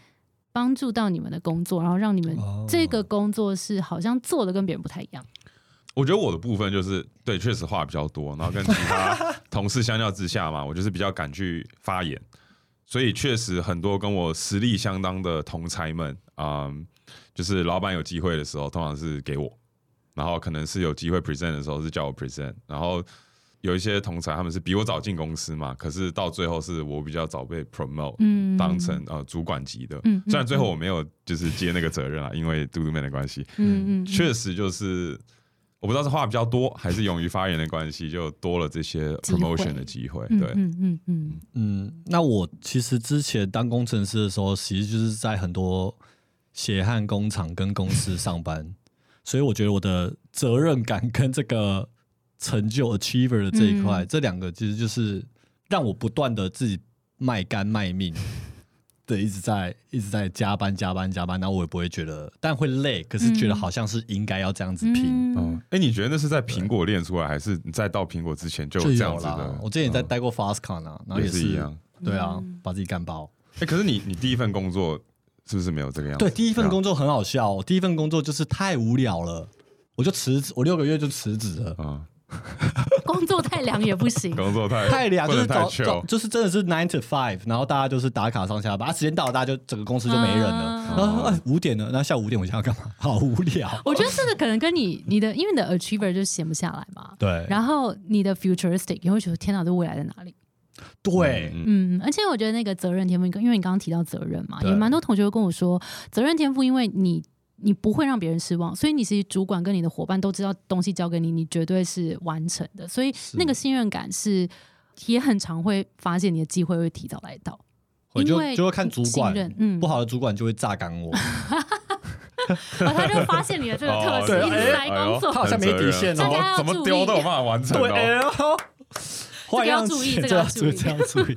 Speaker 3: 帮助到你们的工作，然后让你们
Speaker 4: 哦
Speaker 3: 这个工作是好像做的跟别人不太一样？
Speaker 2: 我觉得我的部分就是对，确实话比较多，然后跟其
Speaker 3: *laughs*
Speaker 2: 他同事相较之下嘛，我就是比较敢去发言，所以确实很多跟我实力相当的同才们，嗯，就是老板有机会的时候，通常是给我，然后可能是有机会 present 的时候是叫我 present，然后有一些同才他们是比我早进公司嘛，可是到最后是我比较早被 promote，
Speaker 3: 嗯
Speaker 2: 当成呃主管级的，
Speaker 3: 嗯嗯
Speaker 2: 虽然最后我没有就是接那个责任啊，因为嘟嘟妹的关系，
Speaker 3: 嗯嗯，
Speaker 2: 确实就是我不知道是话比较多，还是勇于发言的关系，就多了这些
Speaker 3: 机会
Speaker 2: promotion 的机会。
Speaker 3: 嗯
Speaker 2: 对，
Speaker 3: 嗯嗯嗯
Speaker 4: 嗯，那我其实之前当工程师的时候，其实就是在很多血汗工厂跟公司上班，所以我觉得我的责任感跟这个成就 achiever 的这一块，
Speaker 3: 嗯
Speaker 4: 这两个其实就是让我不断的自己卖肝卖命的一直在一直在加班加班加班，然后我也不会觉得，但会累，可是觉得
Speaker 3: 嗯
Speaker 4: 好像是应该要这样子
Speaker 3: 嗯，
Speaker 4: 拼。
Speaker 2: 嗯，哎、你觉得那是在苹果练出来，还是你在到苹果之前就有
Speaker 4: 就
Speaker 2: 这
Speaker 4: 有
Speaker 2: 样子
Speaker 4: 啦
Speaker 2: 的，？嗯
Speaker 4: 我之前也在待过 Fastcon 啊，然后
Speaker 2: 也
Speaker 4: 是
Speaker 2: 是一样。
Speaker 4: 对啊
Speaker 3: 嗯，
Speaker 4: 把自己干爆。
Speaker 2: 哎、可是你你第一份工作是不是没有这个样子？啊
Speaker 4: 对，第一份工作很好笑、我第一份工作就是太无聊了，我就辞职，我六个月就辞职了。
Speaker 2: 啊、
Speaker 3: 工作太凉也不行
Speaker 2: *laughs* 嗯，。工作太
Speaker 4: *laughs* 太凉
Speaker 2: 不
Speaker 4: 就
Speaker 2: 能
Speaker 4: 是
Speaker 2: 太
Speaker 4: 早早
Speaker 2: chill，
Speaker 4: 就是真的是 nine to five，然后大家就是打卡上下班，啊时间到了，大家就整个公司就没人了
Speaker 3: 啊。
Speaker 2: 嗯
Speaker 4: 然后哎五点了，那下午五点我想要干嘛？ *laughs* 好无聊。
Speaker 3: 我觉得这个可能跟你你的，因为你的 achiever 就闲不下来嘛。
Speaker 4: 对
Speaker 3: 然后你的 futuristic 也会觉得天哪，这未来在哪里？
Speaker 4: 对，
Speaker 2: 嗯
Speaker 3: 嗯，而且我觉得那个责任天赋，因为你刚刚提到责任嘛，
Speaker 4: 对
Speaker 3: 有蛮多同学会跟我说，责任天赋，因为你你不会让别人失望，所以你其实主管跟你的伙伴都知道东西交给你，你绝对是完成的，所以那个信任感是也很常会发现你的机会会提早来到，
Speaker 4: 我
Speaker 3: 因
Speaker 4: 就
Speaker 3: 为
Speaker 4: 就会看主管
Speaker 3: 信任，嗯
Speaker 4: 不好的主管就会榨干
Speaker 2: *laughs*
Speaker 4: 我，
Speaker 3: 然哦后他就发现你的这个特质，
Speaker 2: 哦对
Speaker 3: 一直在工作
Speaker 2: 哎呦
Speaker 4: 他好像没底线
Speaker 2: 很责任
Speaker 4: 哦
Speaker 3: 大家要
Speaker 2: 怎么怎么
Speaker 3: 注
Speaker 2: 丢
Speaker 3: 意
Speaker 2: 都有办法完成
Speaker 4: 对，
Speaker 2: 哦。
Speaker 4: 哎呦，坏样子
Speaker 3: 注 *laughs* 意这个
Speaker 4: 这
Speaker 3: 要
Speaker 4: 要
Speaker 3: 注意
Speaker 4: 这样注意。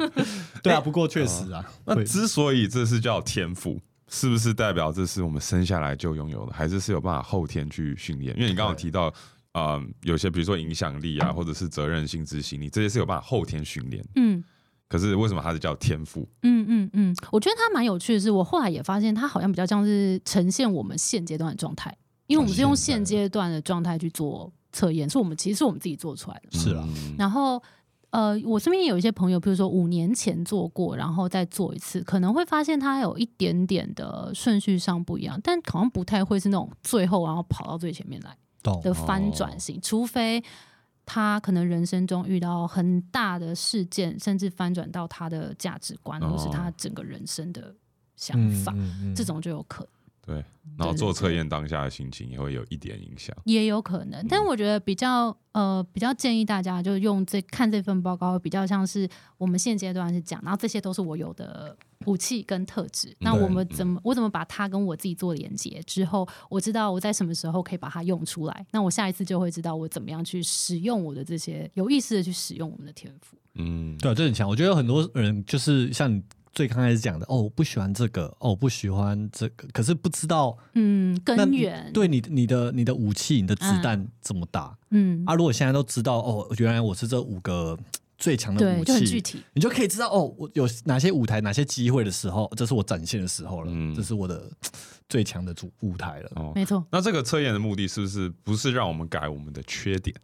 Speaker 4: 对啊，不过确实
Speaker 3: *laughs*
Speaker 4: 啊，
Speaker 2: 那
Speaker 4: 会
Speaker 2: 之所以这是叫天赋，是不是代表这是我们生下来就拥有的，还是是有办法后天去训练？因为你刚刚有提到，呃，有些比如说影响力啊，或者是责任心、执行力，这些是有办法后天训练。
Speaker 3: 嗯。
Speaker 2: 可是为什么它是叫天赋？
Speaker 3: 嗯嗯嗯，我觉得它蛮有趣的是，我后来也发现它好像比较像是呈现我们现阶段的状态，因为我们是用现阶段的状态去做测验，是我们其实是我们自己做出来的。
Speaker 4: 是啊嗯啦，
Speaker 2: 嗯
Speaker 3: 然后呃，我身边也有一些朋友，比如说五年前做过，然后再做一次，可能会发现它有一点点的顺序上不一样，但好像不太会是那种最后然后跑到最前面来
Speaker 4: 懂
Speaker 3: 的翻转型，除非。他可能人生中遇到很大的事件，甚至翻转到他的价值观，或是他整个人生的想法，
Speaker 4: 哦嗯
Speaker 3: 这种就有可能。
Speaker 2: 对，然后做测验当下的心情也会有一点影响。
Speaker 3: 也有可能，
Speaker 4: 嗯
Speaker 3: 但我觉得比较呃比较建议大家就用这看这份报告，比较像是我们现阶段是讲，然后这些都是我有的武器跟特质，那我
Speaker 4: 嗯
Speaker 3: 们怎么我怎么把它跟我自己做连接之后，我知道我在什么时候可以把它用出来，那我下一次就会知道我怎么样去使用我的这些有意识的去使用我们的天赋。
Speaker 2: 嗯，
Speaker 4: 对啊，这很强。我觉得有很多人就是像你最刚开始讲的，哦，我不喜欢这个，哦，我不喜欢这个，可是不知道
Speaker 3: 嗯，
Speaker 4: 那
Speaker 3: 根
Speaker 4: 你
Speaker 3: 源，
Speaker 4: 对你你的你的武器、你的子弹怎么打、
Speaker 3: 嗯，
Speaker 4: 啊？如果现在都知道，哦，原来我是这五个最强的
Speaker 3: 对，
Speaker 4: 武
Speaker 3: 就很具
Speaker 4: 器，
Speaker 3: 体。
Speaker 4: 你就可以知道，哦，我有哪些舞台、哪些机会的时候，这是我展现的时候了，
Speaker 2: 嗯
Speaker 4: 这是我的最强的主舞台了。
Speaker 2: 哦，
Speaker 3: 没错，
Speaker 2: 那这个测验的目的是不是不是让我们改我们的缺点？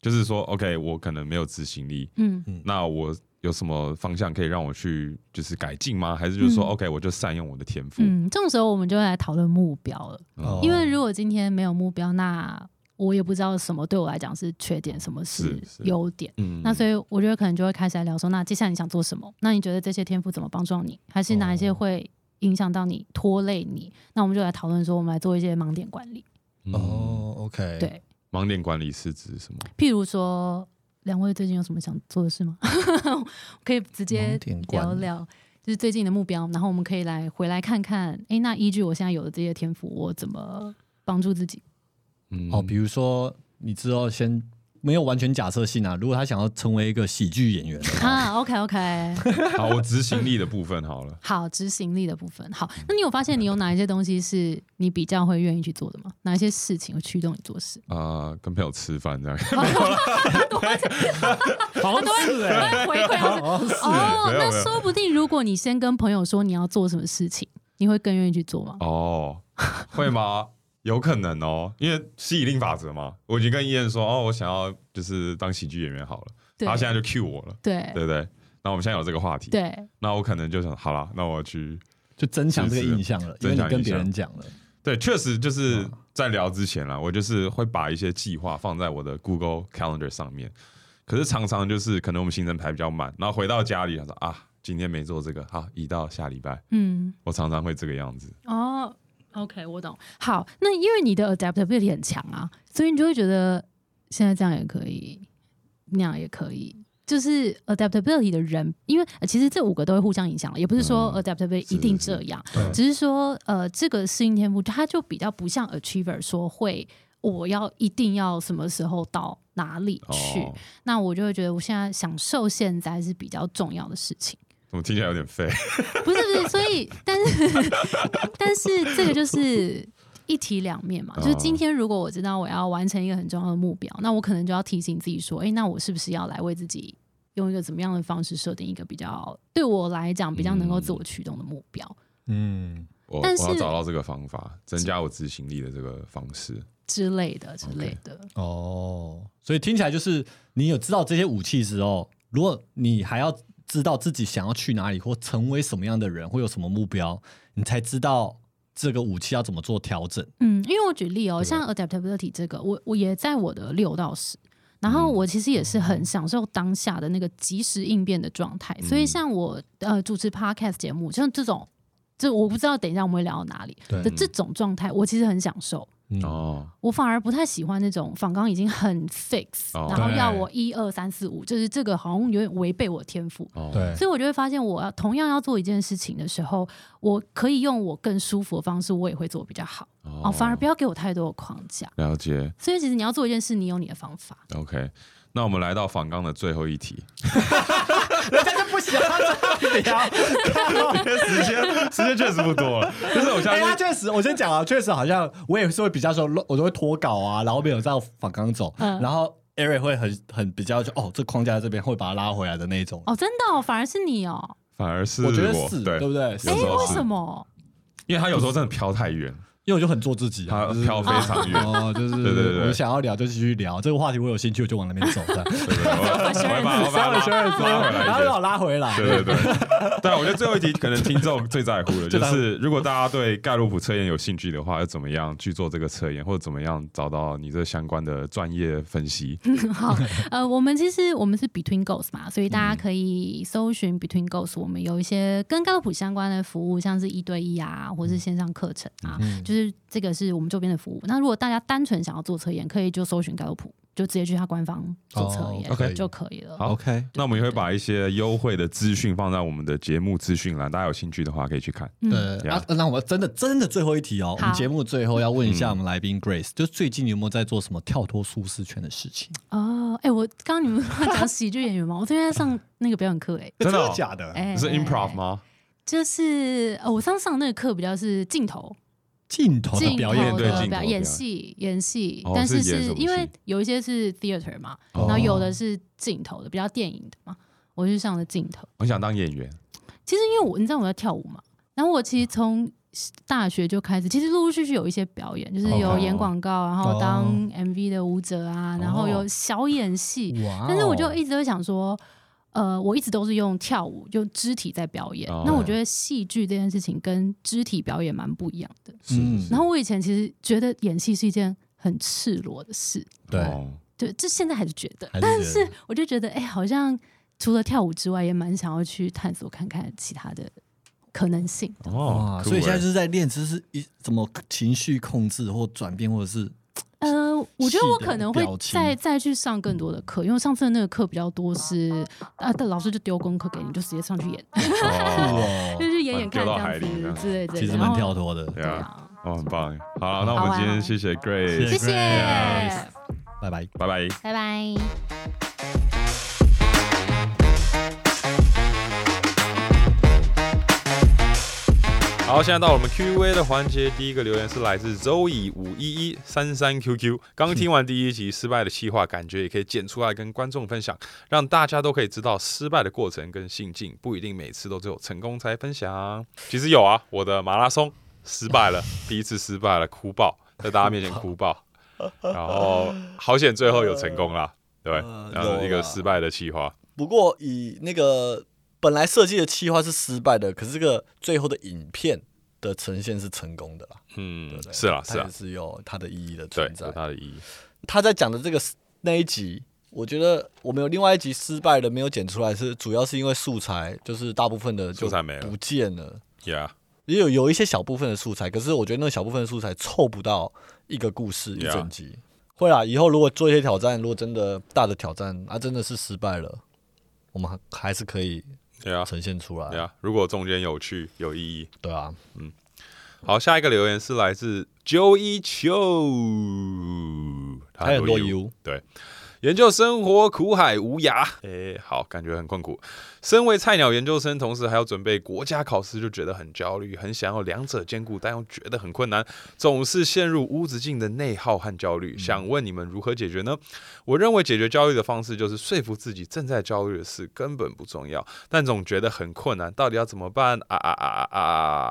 Speaker 2: 就是说，OK，我可能没有执行力，
Speaker 3: 嗯，
Speaker 2: 那我有什么方向可以让我去就是改进吗？还是就是说、
Speaker 3: 嗯
Speaker 2: o k 我就善用我的天赋？
Speaker 3: 嗯，这种时候我们就会来讨论目标了。
Speaker 4: 哦
Speaker 3: 因为如果今天没有目标，那我也不知道什么对我来讲是缺点，什么是
Speaker 2: 是是
Speaker 3: 优点。
Speaker 2: 嗯
Speaker 3: 那所以我觉得可能就会开始来聊说，那接下来你想做什么？那你觉得这些天赋怎么帮助到你？还是哪一
Speaker 4: 哦
Speaker 3: 些会影响到你、拖累你？那我们就来讨论说，我们来做一些盲点管理。
Speaker 2: 以哦，
Speaker 4: 哦，OK，
Speaker 3: *laughs* 对，
Speaker 2: 盲点管理是指什么？
Speaker 3: 譬如 *laughs* 说，两位最近有什么想做的事吗？可以直接
Speaker 4: 盲点管
Speaker 3: 聊
Speaker 4: 理
Speaker 3: 聊。就是最近的目标，然后我们可以来回来看看，哎，那依据我现在有的这些天赋，我怎么帮助自
Speaker 4: *laughs*
Speaker 3: 己？
Speaker 2: 嗯
Speaker 4: 哦，比如说你知道先没有完全假设性啊，如果他想要成为一个喜剧演员的
Speaker 3: *laughs*
Speaker 4: 话，
Speaker 3: 啊，OK OK，
Speaker 2: 好，我执行力的部分好了。
Speaker 3: 好，执行力的部分。好，
Speaker 2: 嗯
Speaker 3: 那你有发现你有哪一些东西是你比较会愿意去做的吗？哪一些事情会驱动你
Speaker 2: *laughs*
Speaker 3: 做事？
Speaker 2: 啊、跟朋友吃饭
Speaker 4: *laughs*
Speaker 2: 这样，
Speaker 4: 好像是哎、
Speaker 2: 欸
Speaker 3: 会回
Speaker 2: *laughs*
Speaker 3: 馈他
Speaker 4: 好像是哎、
Speaker 3: 哦，
Speaker 2: 没有
Speaker 3: 那
Speaker 2: 没有
Speaker 3: 说不定如果你先跟朋友说你要做什么事情，你会更愿意去做吗？
Speaker 2: 哦，会吗？有可能哦，因为吸引力法则嘛。我已经跟伊人说，哦，我想要就是当喜剧演员好了，
Speaker 3: 对
Speaker 2: 他现在就 cue 我了，
Speaker 3: 对
Speaker 2: 对不对？那我们现在有这个话题，
Speaker 3: 对
Speaker 2: 那我可能就想，好啦，那我去。
Speaker 4: *laughs* 就增强这个印象了，因为
Speaker 2: 增强印
Speaker 4: 你
Speaker 2: 象
Speaker 4: 跟别人讲了，
Speaker 2: 对，确实就是在聊之前啦，我就是会把一些计划放在我的 Google Calendar 上面。可是常常就是可能我们行程排比较满，然后回到家里想说啊，今天没做这个，好，移到下礼拜。
Speaker 3: 嗯，
Speaker 2: 我常常会这个样子。
Speaker 3: 哦，OK，我懂。好，那因为你的 adaptability 很强啊，所以你就会觉得现在这样也可以，那样也可以。就是 adaptability 的人，因为、呃其实这五个都会互相影响了，也不是说
Speaker 2: 嗯
Speaker 3: adaptability
Speaker 2: 是
Speaker 3: 一定
Speaker 2: 是
Speaker 3: 这样，
Speaker 4: 对
Speaker 3: 只是说呃，这个适应天赋它就比较不像 achiever 说会我要一定要什么时候到哪里去，
Speaker 2: 哦，
Speaker 3: 那我就会觉得我现在享受现在是比较重要的事情。
Speaker 2: 怎么听起来有点废？ *laughs*
Speaker 3: 不是不是，所以但是 *laughs* 但是这个就是一体两面嘛。就是今天如果我知道我要完成一个很重要的目标，那我可能就要提醒自己说，哎、那我是不是要来为自己用一个怎么样的方式设定一个比较对我来讲比较能够自我驱动的目标？
Speaker 4: 嗯，
Speaker 2: 我
Speaker 3: 但是
Speaker 2: 我要找到这个方法，增加我执行力的这个方式。
Speaker 3: 之类的之类的，
Speaker 4: 哦，所以听起来就是你有知道这些武器之后，如果你还要知道自己想要去哪里或成为什么样的人，会有什么目标，你才知道这个武器要怎么做调整。
Speaker 3: 嗯，因为我举例
Speaker 4: 啊
Speaker 3: 哦，像 adaptability 这个，我我也在我的六到十，然
Speaker 4: 嗯
Speaker 3: 后我其实也是很享受当下的那个及时应变的状态，所以
Speaker 4: 嗯
Speaker 3: 像我呃主持 podcast 节目，像这种，这我不知道等一下我们会聊到哪里
Speaker 4: 对
Speaker 3: 的这种状态，我其实很享受。
Speaker 4: 嗯
Speaker 2: 哦，
Speaker 3: 我反而不太喜欢那种仿纲已经很 fix，、
Speaker 2: 哦
Speaker 3: 然后
Speaker 4: 对
Speaker 3: 要我一二三四五，就是这个好像有点违背我的天赋。
Speaker 2: 哦， *laughs*
Speaker 4: 对
Speaker 3: 所以我就会发现，我要同样要做一件事情的时候，我可以用我更舒服的方式，我也会做得比较好。哦，反而不要给我太多的框架。
Speaker 2: 了解。
Speaker 3: 所以其实你要做一件事，你有你的方法。
Speaker 2: OK，那我们来到反纲的最后一题， *laughs*
Speaker 4: 不行，他
Speaker 2: 因为时间时间确实不多了，就是我相
Speaker 4: 哎，
Speaker 2: 信
Speaker 4: 他确实，我先讲啊，确实好像我也是会比较说，我都会脱稿啊，然后没有照反纲走，
Speaker 3: 嗯
Speaker 4: 然后 Eric 会很很比较就哦，这框架在这边会把它拉回来的那一种。
Speaker 3: 哦，真的、哦，反而是你哦。
Speaker 2: 反而是
Speaker 4: 我觉得是，
Speaker 2: 对
Speaker 4: 对不，对？
Speaker 2: 有
Speaker 3: 哎，
Speaker 2: 时候
Speaker 3: 为
Speaker 2: 是
Speaker 3: 什么？ *laughs*
Speaker 2: 因为他有时候真的飘太远，
Speaker 4: 因为我就很做自己
Speaker 2: 他
Speaker 4: 啊，就是
Speaker 2: 飘非常远。
Speaker 4: 哦，就是
Speaker 2: 对对对
Speaker 4: 我想要聊就继续聊，这个话题我有兴趣，我就往那边走的。
Speaker 2: *laughs*
Speaker 4: *laughs*
Speaker 2: 对对对我我会把我会把
Speaker 4: 稍微
Speaker 2: 拉拉回来
Speaker 4: 然
Speaker 2: 一
Speaker 4: 后又
Speaker 2: 点
Speaker 4: 把我啊拉回来。
Speaker 2: 对对对，对，我觉得最后一题可能听众最在乎的就是，如果大家对盖洛普测验有兴趣的话，要怎么样去做这个测验，或者怎么样找到你这相关的专业分析？
Speaker 3: 好，呃，我们其实我们是 Between Goals 嘛，所以大家可以搜寻 Between Goals。我们有一些跟高普相关的服务，像是一对一啊，或是线上课程啊，就是这个是我们周边的服务。那如果大家单纯想要做测验，可以就搜寻高普，就直接去他官方做测验、
Speaker 4: 哦，OK
Speaker 3: 就可以了。
Speaker 2: 好
Speaker 4: ，OK，
Speaker 2: 那我们也会把一些优惠的资讯放在我们的节目资讯栏，大家有兴趣的话可以去看。
Speaker 3: 嗯
Speaker 4: 对
Speaker 2: Yeah
Speaker 4: 啊，那我们真的真的最后一题哦，我们
Speaker 3: 好
Speaker 4: 节目最后要问一下我们来
Speaker 2: 嗯
Speaker 4: 宾 Grace，就是最近你有没有在做什么跳脱舒适圈的事情？
Speaker 3: 哦，哎、我刚刚你们 *laughs* 不是讲喜剧演员吗？我最近在上那个表演课、哎。
Speaker 2: 真的哦
Speaker 4: 假的？
Speaker 3: 哎、
Speaker 2: 是 improv？吗？
Speaker 3: 就是呃，我上次上那个课比较是镜头，
Speaker 4: 镜头的
Speaker 3: 镜
Speaker 4: 表
Speaker 3: 头
Speaker 4: 演
Speaker 2: 对镜头
Speaker 3: 的
Speaker 2: 表
Speaker 3: 表
Speaker 2: 演
Speaker 3: 演戏，演戏
Speaker 2: 哦，
Speaker 3: 但是
Speaker 2: 是演什
Speaker 3: 是
Speaker 2: 么
Speaker 3: 因为
Speaker 2: 戏
Speaker 3: 有一些是 theater 嘛，
Speaker 2: 哦
Speaker 3: 然后有的是镜头的，比较电影的嘛，我就上了镜头。
Speaker 2: 我想当演员，
Speaker 3: 其实因为我你知道我在跳舞嘛，然后我其实从大学就开始，其实陆陆续续有一些表演，就是
Speaker 2: 哦
Speaker 3: 有
Speaker 4: OK
Speaker 3: 演广告，然后当
Speaker 4: 哦
Speaker 3: MV 的舞者啊，然
Speaker 2: 哦
Speaker 3: 后有小演戏，
Speaker 4: 哇哦
Speaker 3: 但是我就一直都想说，呃，我一直都是用跳舞，用肢体在表演。
Speaker 2: 哦
Speaker 3: 那我觉得戏剧这件事情跟肢体表演蛮不一样的。
Speaker 2: 是
Speaker 4: 嗯
Speaker 2: 是是
Speaker 3: 然后我以前其实觉得演戏是一件很赤裸的事，
Speaker 4: 对
Speaker 2: 哦
Speaker 3: 对，这现在还是觉得，
Speaker 4: 还是觉得
Speaker 3: 但是我就觉得，哎、好像除了跳舞之外，也蛮想要去探索看看其他的可能性。
Speaker 2: 哦
Speaker 4: 哇，，
Speaker 2: 酷
Speaker 4: 所以现在
Speaker 2: 欸
Speaker 4: 就是在练，就是一怎么情绪控制或转变，或者是
Speaker 3: 呃，我觉得我
Speaker 6: 是的
Speaker 3: 可能会
Speaker 6: 表情
Speaker 3: 再再去上更多的课，因为上次的那个课比较多是啊，但老师就丢功课给你，就直接上去演，
Speaker 2: *laughs*
Speaker 7: 哦，
Speaker 3: 就
Speaker 6: 哦，
Speaker 3: 是演演
Speaker 7: 把你丢
Speaker 3: 看这
Speaker 7: 到
Speaker 3: 样
Speaker 7: 海
Speaker 3: 子
Speaker 7: 里呢
Speaker 3: 之类之类的。
Speaker 6: 其实
Speaker 3: 然
Speaker 6: 蛮
Speaker 3: 后
Speaker 6: 跳脱的。
Speaker 7: 对
Speaker 3: 对
Speaker 7: 啊，
Speaker 3: 啊，
Speaker 7: 哦，很棒。好了，那我
Speaker 3: 好
Speaker 7: 们
Speaker 3: 玩
Speaker 7: 今天
Speaker 3: 好
Speaker 7: 谢谢 Grace，
Speaker 6: 谢
Speaker 3: 谢谢，
Speaker 6: Grace 拜拜。
Speaker 7: 拜拜。
Speaker 3: 拜拜。
Speaker 2: 好，现在到我们 Q&A 的环节，第一个留言是来自周乙五一一三三 QQ。刚听完第一集失败的企划，感觉也可以剪出来跟观众分享，让大家都可以知道失败的过程跟心境，不一定每次都只有成功才分享。其实有啊，我的马拉松失败了，第一次失败了，哭爆，在大家面前哭爆，然后好险最后有成功啦，对，
Speaker 4: 呃
Speaker 2: 然后一
Speaker 4: 有
Speaker 2: 个
Speaker 4: 啦
Speaker 2: 失败的企划，
Speaker 4: 不过以那个本来设计的企划是失败的，可是这个最后的影片的呈现是成功的啦。对
Speaker 2: 嗯
Speaker 4: 不，对
Speaker 2: 是啦
Speaker 4: 它
Speaker 2: 是啦
Speaker 4: 也，是有它的意义的
Speaker 2: 对
Speaker 4: 存，在
Speaker 2: 有。它的意义，
Speaker 4: 他在讲的这个那一集，我觉得我们有另外一集失败的没有剪出来，是主要是因为素材就是大部分的就
Speaker 2: 素材没了
Speaker 4: 不见了，
Speaker 2: ，Yeah，
Speaker 4: 也有有一些小部分的素材，可是我觉得那个小部分的素材凑不到一个故事一
Speaker 2: Yeah
Speaker 4: 整集。会啊啦，以后如果做一些挑战，如果真的大的挑战啊，真的是失败了，我们还还是可以
Speaker 2: yeah。
Speaker 4: 呈现出来。
Speaker 2: 对啊，如果中间有趣有意义。
Speaker 4: 对啊，
Speaker 2: 好，下一个留言是来自 Joey Chu，他
Speaker 4: 还有很多
Speaker 2: U，
Speaker 4: U，
Speaker 2: 对，研究生活苦海无涯，诶、好，感觉很困苦。身为菜鸟研究生，同时还要准备国家考试，就觉得很焦虑，很想要两者兼顾，但又觉得很困难，总是陷入无止境的内耗和焦虑。想问你们如何解决呢？我认为解决焦虑的方式就是说服自己正在焦虑的事根本不重要，但总觉得很困难，到底要怎么办啊啊啊啊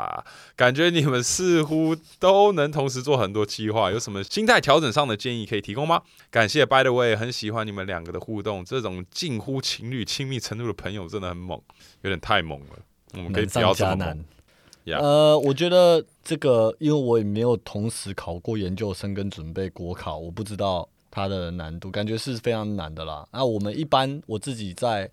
Speaker 2: 啊！感觉你们似乎都能同时做很多计划，有什么心态调整上的建议可以提供吗？感谢 By the way，很喜欢你们两个的互动，这种近乎情侣亲密程度的朋友真的很猛，有点太猛了。我们可以
Speaker 4: 难
Speaker 2: 不
Speaker 4: 上
Speaker 2: 要这么
Speaker 4: 加难
Speaker 2: 猛。。Yeah
Speaker 4: 呃，我觉得这个，因为我也没有同时考过研究生跟准备国考，我不知道它的难度，感觉是非常难的啦。那我们一般我自己在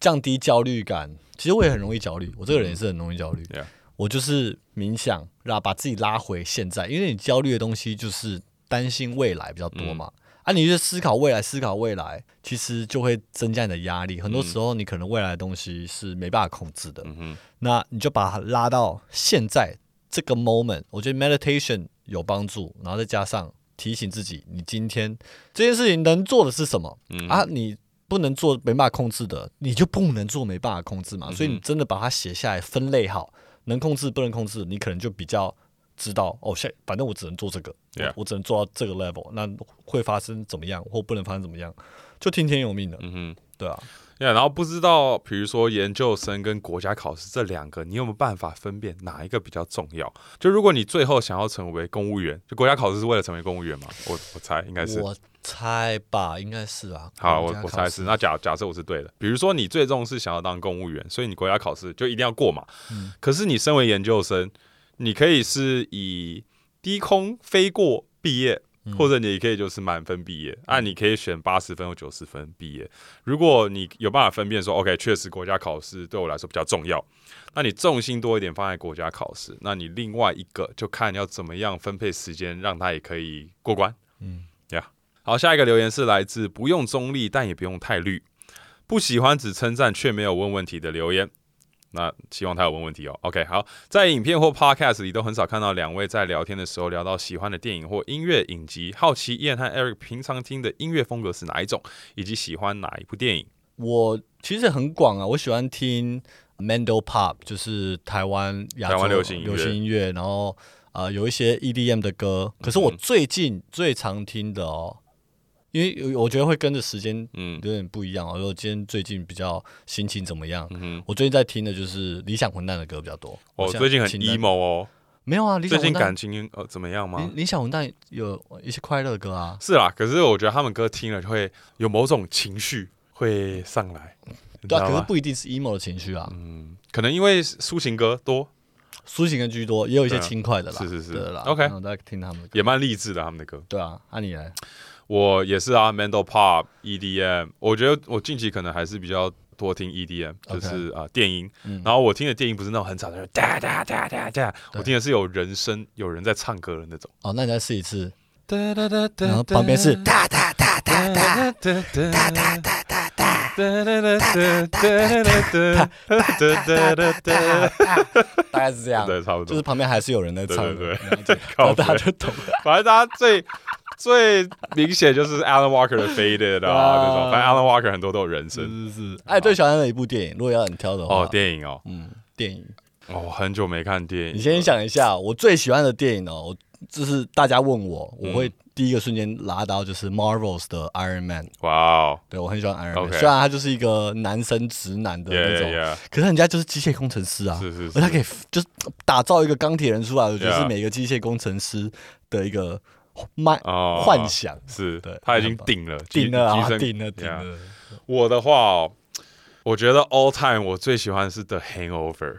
Speaker 4: 降低焦虑感，其实我也很容易焦虑，我这个人也是很容易焦虑。
Speaker 2: 嗯 Yeah
Speaker 4: 我就是冥想，让把自己拉回现在，因为你焦虑的东西就是担心未来比较多
Speaker 2: 嗯
Speaker 4: 嘛。啊，你去思考未来，思考未来，其实就会增加你的压力。很多时候，你可能未来的东西是没办法控制的。
Speaker 2: 嗯
Speaker 4: 那你就把它拉到现在这个 moment。我觉得 meditation 有帮助，然后再加上提醒自己，你今天这件事情能做的是什么、
Speaker 2: 嗯
Speaker 4: 啊？你不能做没办法控制的，你就不能做没办法控制嘛。
Speaker 2: 哼
Speaker 4: 所以你真的把它写下来，分类好，能控制不能控制，你可能就比较。知道哦，现反正我只能做这个
Speaker 2: Yeah
Speaker 4: 我我只能做到这个 level，那会发生怎么样，或不能发生怎么样，就听天由命了，
Speaker 2: 哼，嗯哼。
Speaker 4: 对啊，
Speaker 2: 对，然后不知道，比如说研究生跟国家考试这两个，你有没有办法分辨哪一个比较重要？就如果你最后想要成为公务员，就国家考试是为了成为公务员嘛？我我猜应该是。
Speaker 4: 我猜吧，应该是啊。
Speaker 2: 好，
Speaker 4: 国
Speaker 2: 我
Speaker 4: 家
Speaker 2: 我
Speaker 4: 考
Speaker 2: 猜
Speaker 4: 试
Speaker 2: 是。那假假设我是对的，比如说你最终是想要当公务员，所以你国家考试就一定要过嘛。
Speaker 4: 嗯
Speaker 2: 可是你身为研究生，你可以是以低空飞过毕业，
Speaker 4: 嗯
Speaker 2: 或者你也可以就是满分毕业。啊，你可以选八十分或九十分毕业。如果你有办法分辨说，OK，确实国家考试对我来说比较重要，那你重心多一点放在国家考试，那你另外一个就看要怎么样分配时间，让他也可以过关。嗯，呀、好，下一个留言是来自不用中立，但也不用太绿，不喜欢只称赞却没有问问题的留言。那希望他有问问题哦。OK，好，在影片或 Podcast 里都很少看到两位在聊天的时候聊到喜欢的电影或音乐影集，好奇 Ian 和 Eric 平常听的音乐风格是哪一种，以及喜欢哪一部电影。
Speaker 4: 我其实很广啊，我喜欢听 Mandel Pop，就是台湾亚
Speaker 2: 台
Speaker 4: 洲
Speaker 2: 湾流行音乐
Speaker 4: 流行音乐，然后呃有一些 EDM 的歌。可
Speaker 2: 嗯
Speaker 4: 是我最近最常听的哦，因为有我觉得会跟着时间
Speaker 2: 嗯
Speaker 4: 有点不一样哦。如果今天最近比较心情怎么样？
Speaker 2: 嗯
Speaker 4: 我最近在听的就是理想混蛋的歌比较多。
Speaker 2: 哼，哦，
Speaker 4: 像
Speaker 2: 最近很
Speaker 4: 清单
Speaker 2: emo 哦，
Speaker 4: 没有啊？理想
Speaker 2: 最近
Speaker 4: 混蛋
Speaker 2: 感，情呃怎么样吗
Speaker 4: 理？理想混蛋有呃一些快乐的歌啊。
Speaker 2: 是啦，可是我觉得他们歌听了就会有某种情绪会上来，你知
Speaker 4: 对啊，
Speaker 2: 道
Speaker 4: 可是
Speaker 2: 吗？
Speaker 4: 不一定是 emo 的情绪啊，
Speaker 2: 嗯，可能因为抒情歌多，
Speaker 4: 抒情的居多，也有一些
Speaker 2: 对啊
Speaker 4: 轻快的啦，
Speaker 2: 是是是
Speaker 4: 对啦。
Speaker 2: OK
Speaker 4: 然后我在听他们的歌，
Speaker 2: 也蛮励志的他们的歌。
Speaker 4: 对啊，按、你来，
Speaker 2: 我也是啊，Mandel Pop、EDM，我觉得我近期可能还是比较多听 EDM，就
Speaker 4: OK
Speaker 2: 是啊、呃电音。然后我听的电音不是那种很吵的哒哒哒哒哒，我听的是有人声、有人在唱歌的那种。
Speaker 4: 哦，那你再试一次，
Speaker 2: 哒哒哒哒，
Speaker 4: 然后旁边是哒哒哒哒
Speaker 2: 哒哒
Speaker 4: 哒
Speaker 2: 哒
Speaker 4: 哒哒哒哒哒。大概是这样，
Speaker 2: 对差不多
Speaker 4: 就是旁边还是有人在唱的，
Speaker 2: 对对
Speaker 4: 了解
Speaker 2: *laughs* 靠
Speaker 4: 大家
Speaker 2: 北
Speaker 4: 就懂了。
Speaker 2: 反正大家最最明显就是 Alan Walker 的 Faded 啊，
Speaker 4: 啊
Speaker 2: 这种。反正 Alan Walker 很多都有人声
Speaker 4: 是是是。哎，最喜欢的一部电影，如果要你挑的话，
Speaker 2: 哦，电影哦，
Speaker 4: 嗯，电影。
Speaker 2: 哦，我很久没看电影了。
Speaker 4: 你先想一下，我最喜欢的电影哦，我就是大家问我，
Speaker 2: 嗯
Speaker 4: 我会第一个瞬间拉到就是 Marvels 的 Iron Man，
Speaker 2: 哇哦
Speaker 4: 对我很喜欢 Iron Man，、
Speaker 2: OK
Speaker 4: 虽然他就是一个男生直男的那种
Speaker 2: ，Yeah Yeah，
Speaker 4: 可是人家就是机械工程师啊，
Speaker 2: 是是是
Speaker 4: 而他可以就是打造一个钢铁人出来，我觉得
Speaker 2: Yeah
Speaker 4: 是每个机械工程师的一个漫、
Speaker 2: 哦
Speaker 4: 幻想，
Speaker 2: 是
Speaker 4: 对，
Speaker 2: 他已经
Speaker 4: 很棒
Speaker 2: 顶了，
Speaker 4: 顶了
Speaker 2: 提
Speaker 4: 啊，
Speaker 2: 升
Speaker 4: 顶了顶
Speaker 2: Yeah
Speaker 4: 了，
Speaker 2: 我的话哦，我觉得 all time 我最喜欢的是 The Hangover，、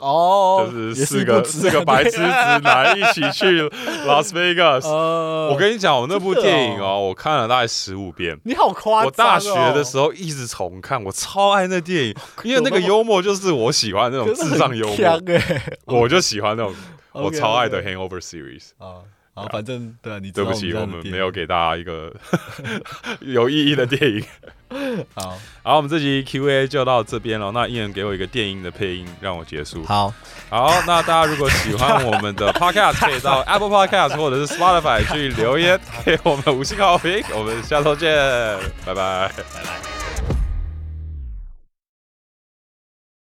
Speaker 4: 哦，
Speaker 2: 就是
Speaker 4: 也
Speaker 2: 四
Speaker 4: 一部
Speaker 2: 个
Speaker 4: 直
Speaker 2: 四个
Speaker 4: 男
Speaker 2: 白痴
Speaker 4: 的
Speaker 2: 直男一起去 Las Vegas。
Speaker 4: *laughs* 呃
Speaker 2: 我跟你讲，我那部
Speaker 4: 真的哦
Speaker 2: 电影哦，我看了大概十五遍。
Speaker 4: 你好夸张、哦，
Speaker 2: 我大学的时候一直重看，我超爱那电影，因为那个幽默就是我喜欢那种
Speaker 4: 哦真的
Speaker 2: 智障幽
Speaker 4: 很
Speaker 2: 默
Speaker 4: 强，哎、
Speaker 2: *laughs* 我就喜欢那
Speaker 4: *laughs*
Speaker 2: 种，我
Speaker 4: OK，OK
Speaker 2: 超爱的 Hangover series。
Speaker 4: 啊，好，反正对啊，你知
Speaker 2: 哦对
Speaker 4: 道
Speaker 2: 不起，
Speaker 4: 这
Speaker 2: 我
Speaker 4: 样的
Speaker 2: 们
Speaker 4: 电
Speaker 2: 没
Speaker 4: 影
Speaker 2: 有给大家一个 *laughs* 有意义的电影。
Speaker 4: 好
Speaker 2: 好，我们这集 Q&A 就到这边了。那一人给我一个电影的配音，让我结束。
Speaker 4: 好，
Speaker 2: 好，那大家如果喜欢我们的 Podcast，可以到 Apple Podcast 或者是 Spotify 去留言给我们五星好评。我们下周见，拜拜。
Speaker 4: 拜拜。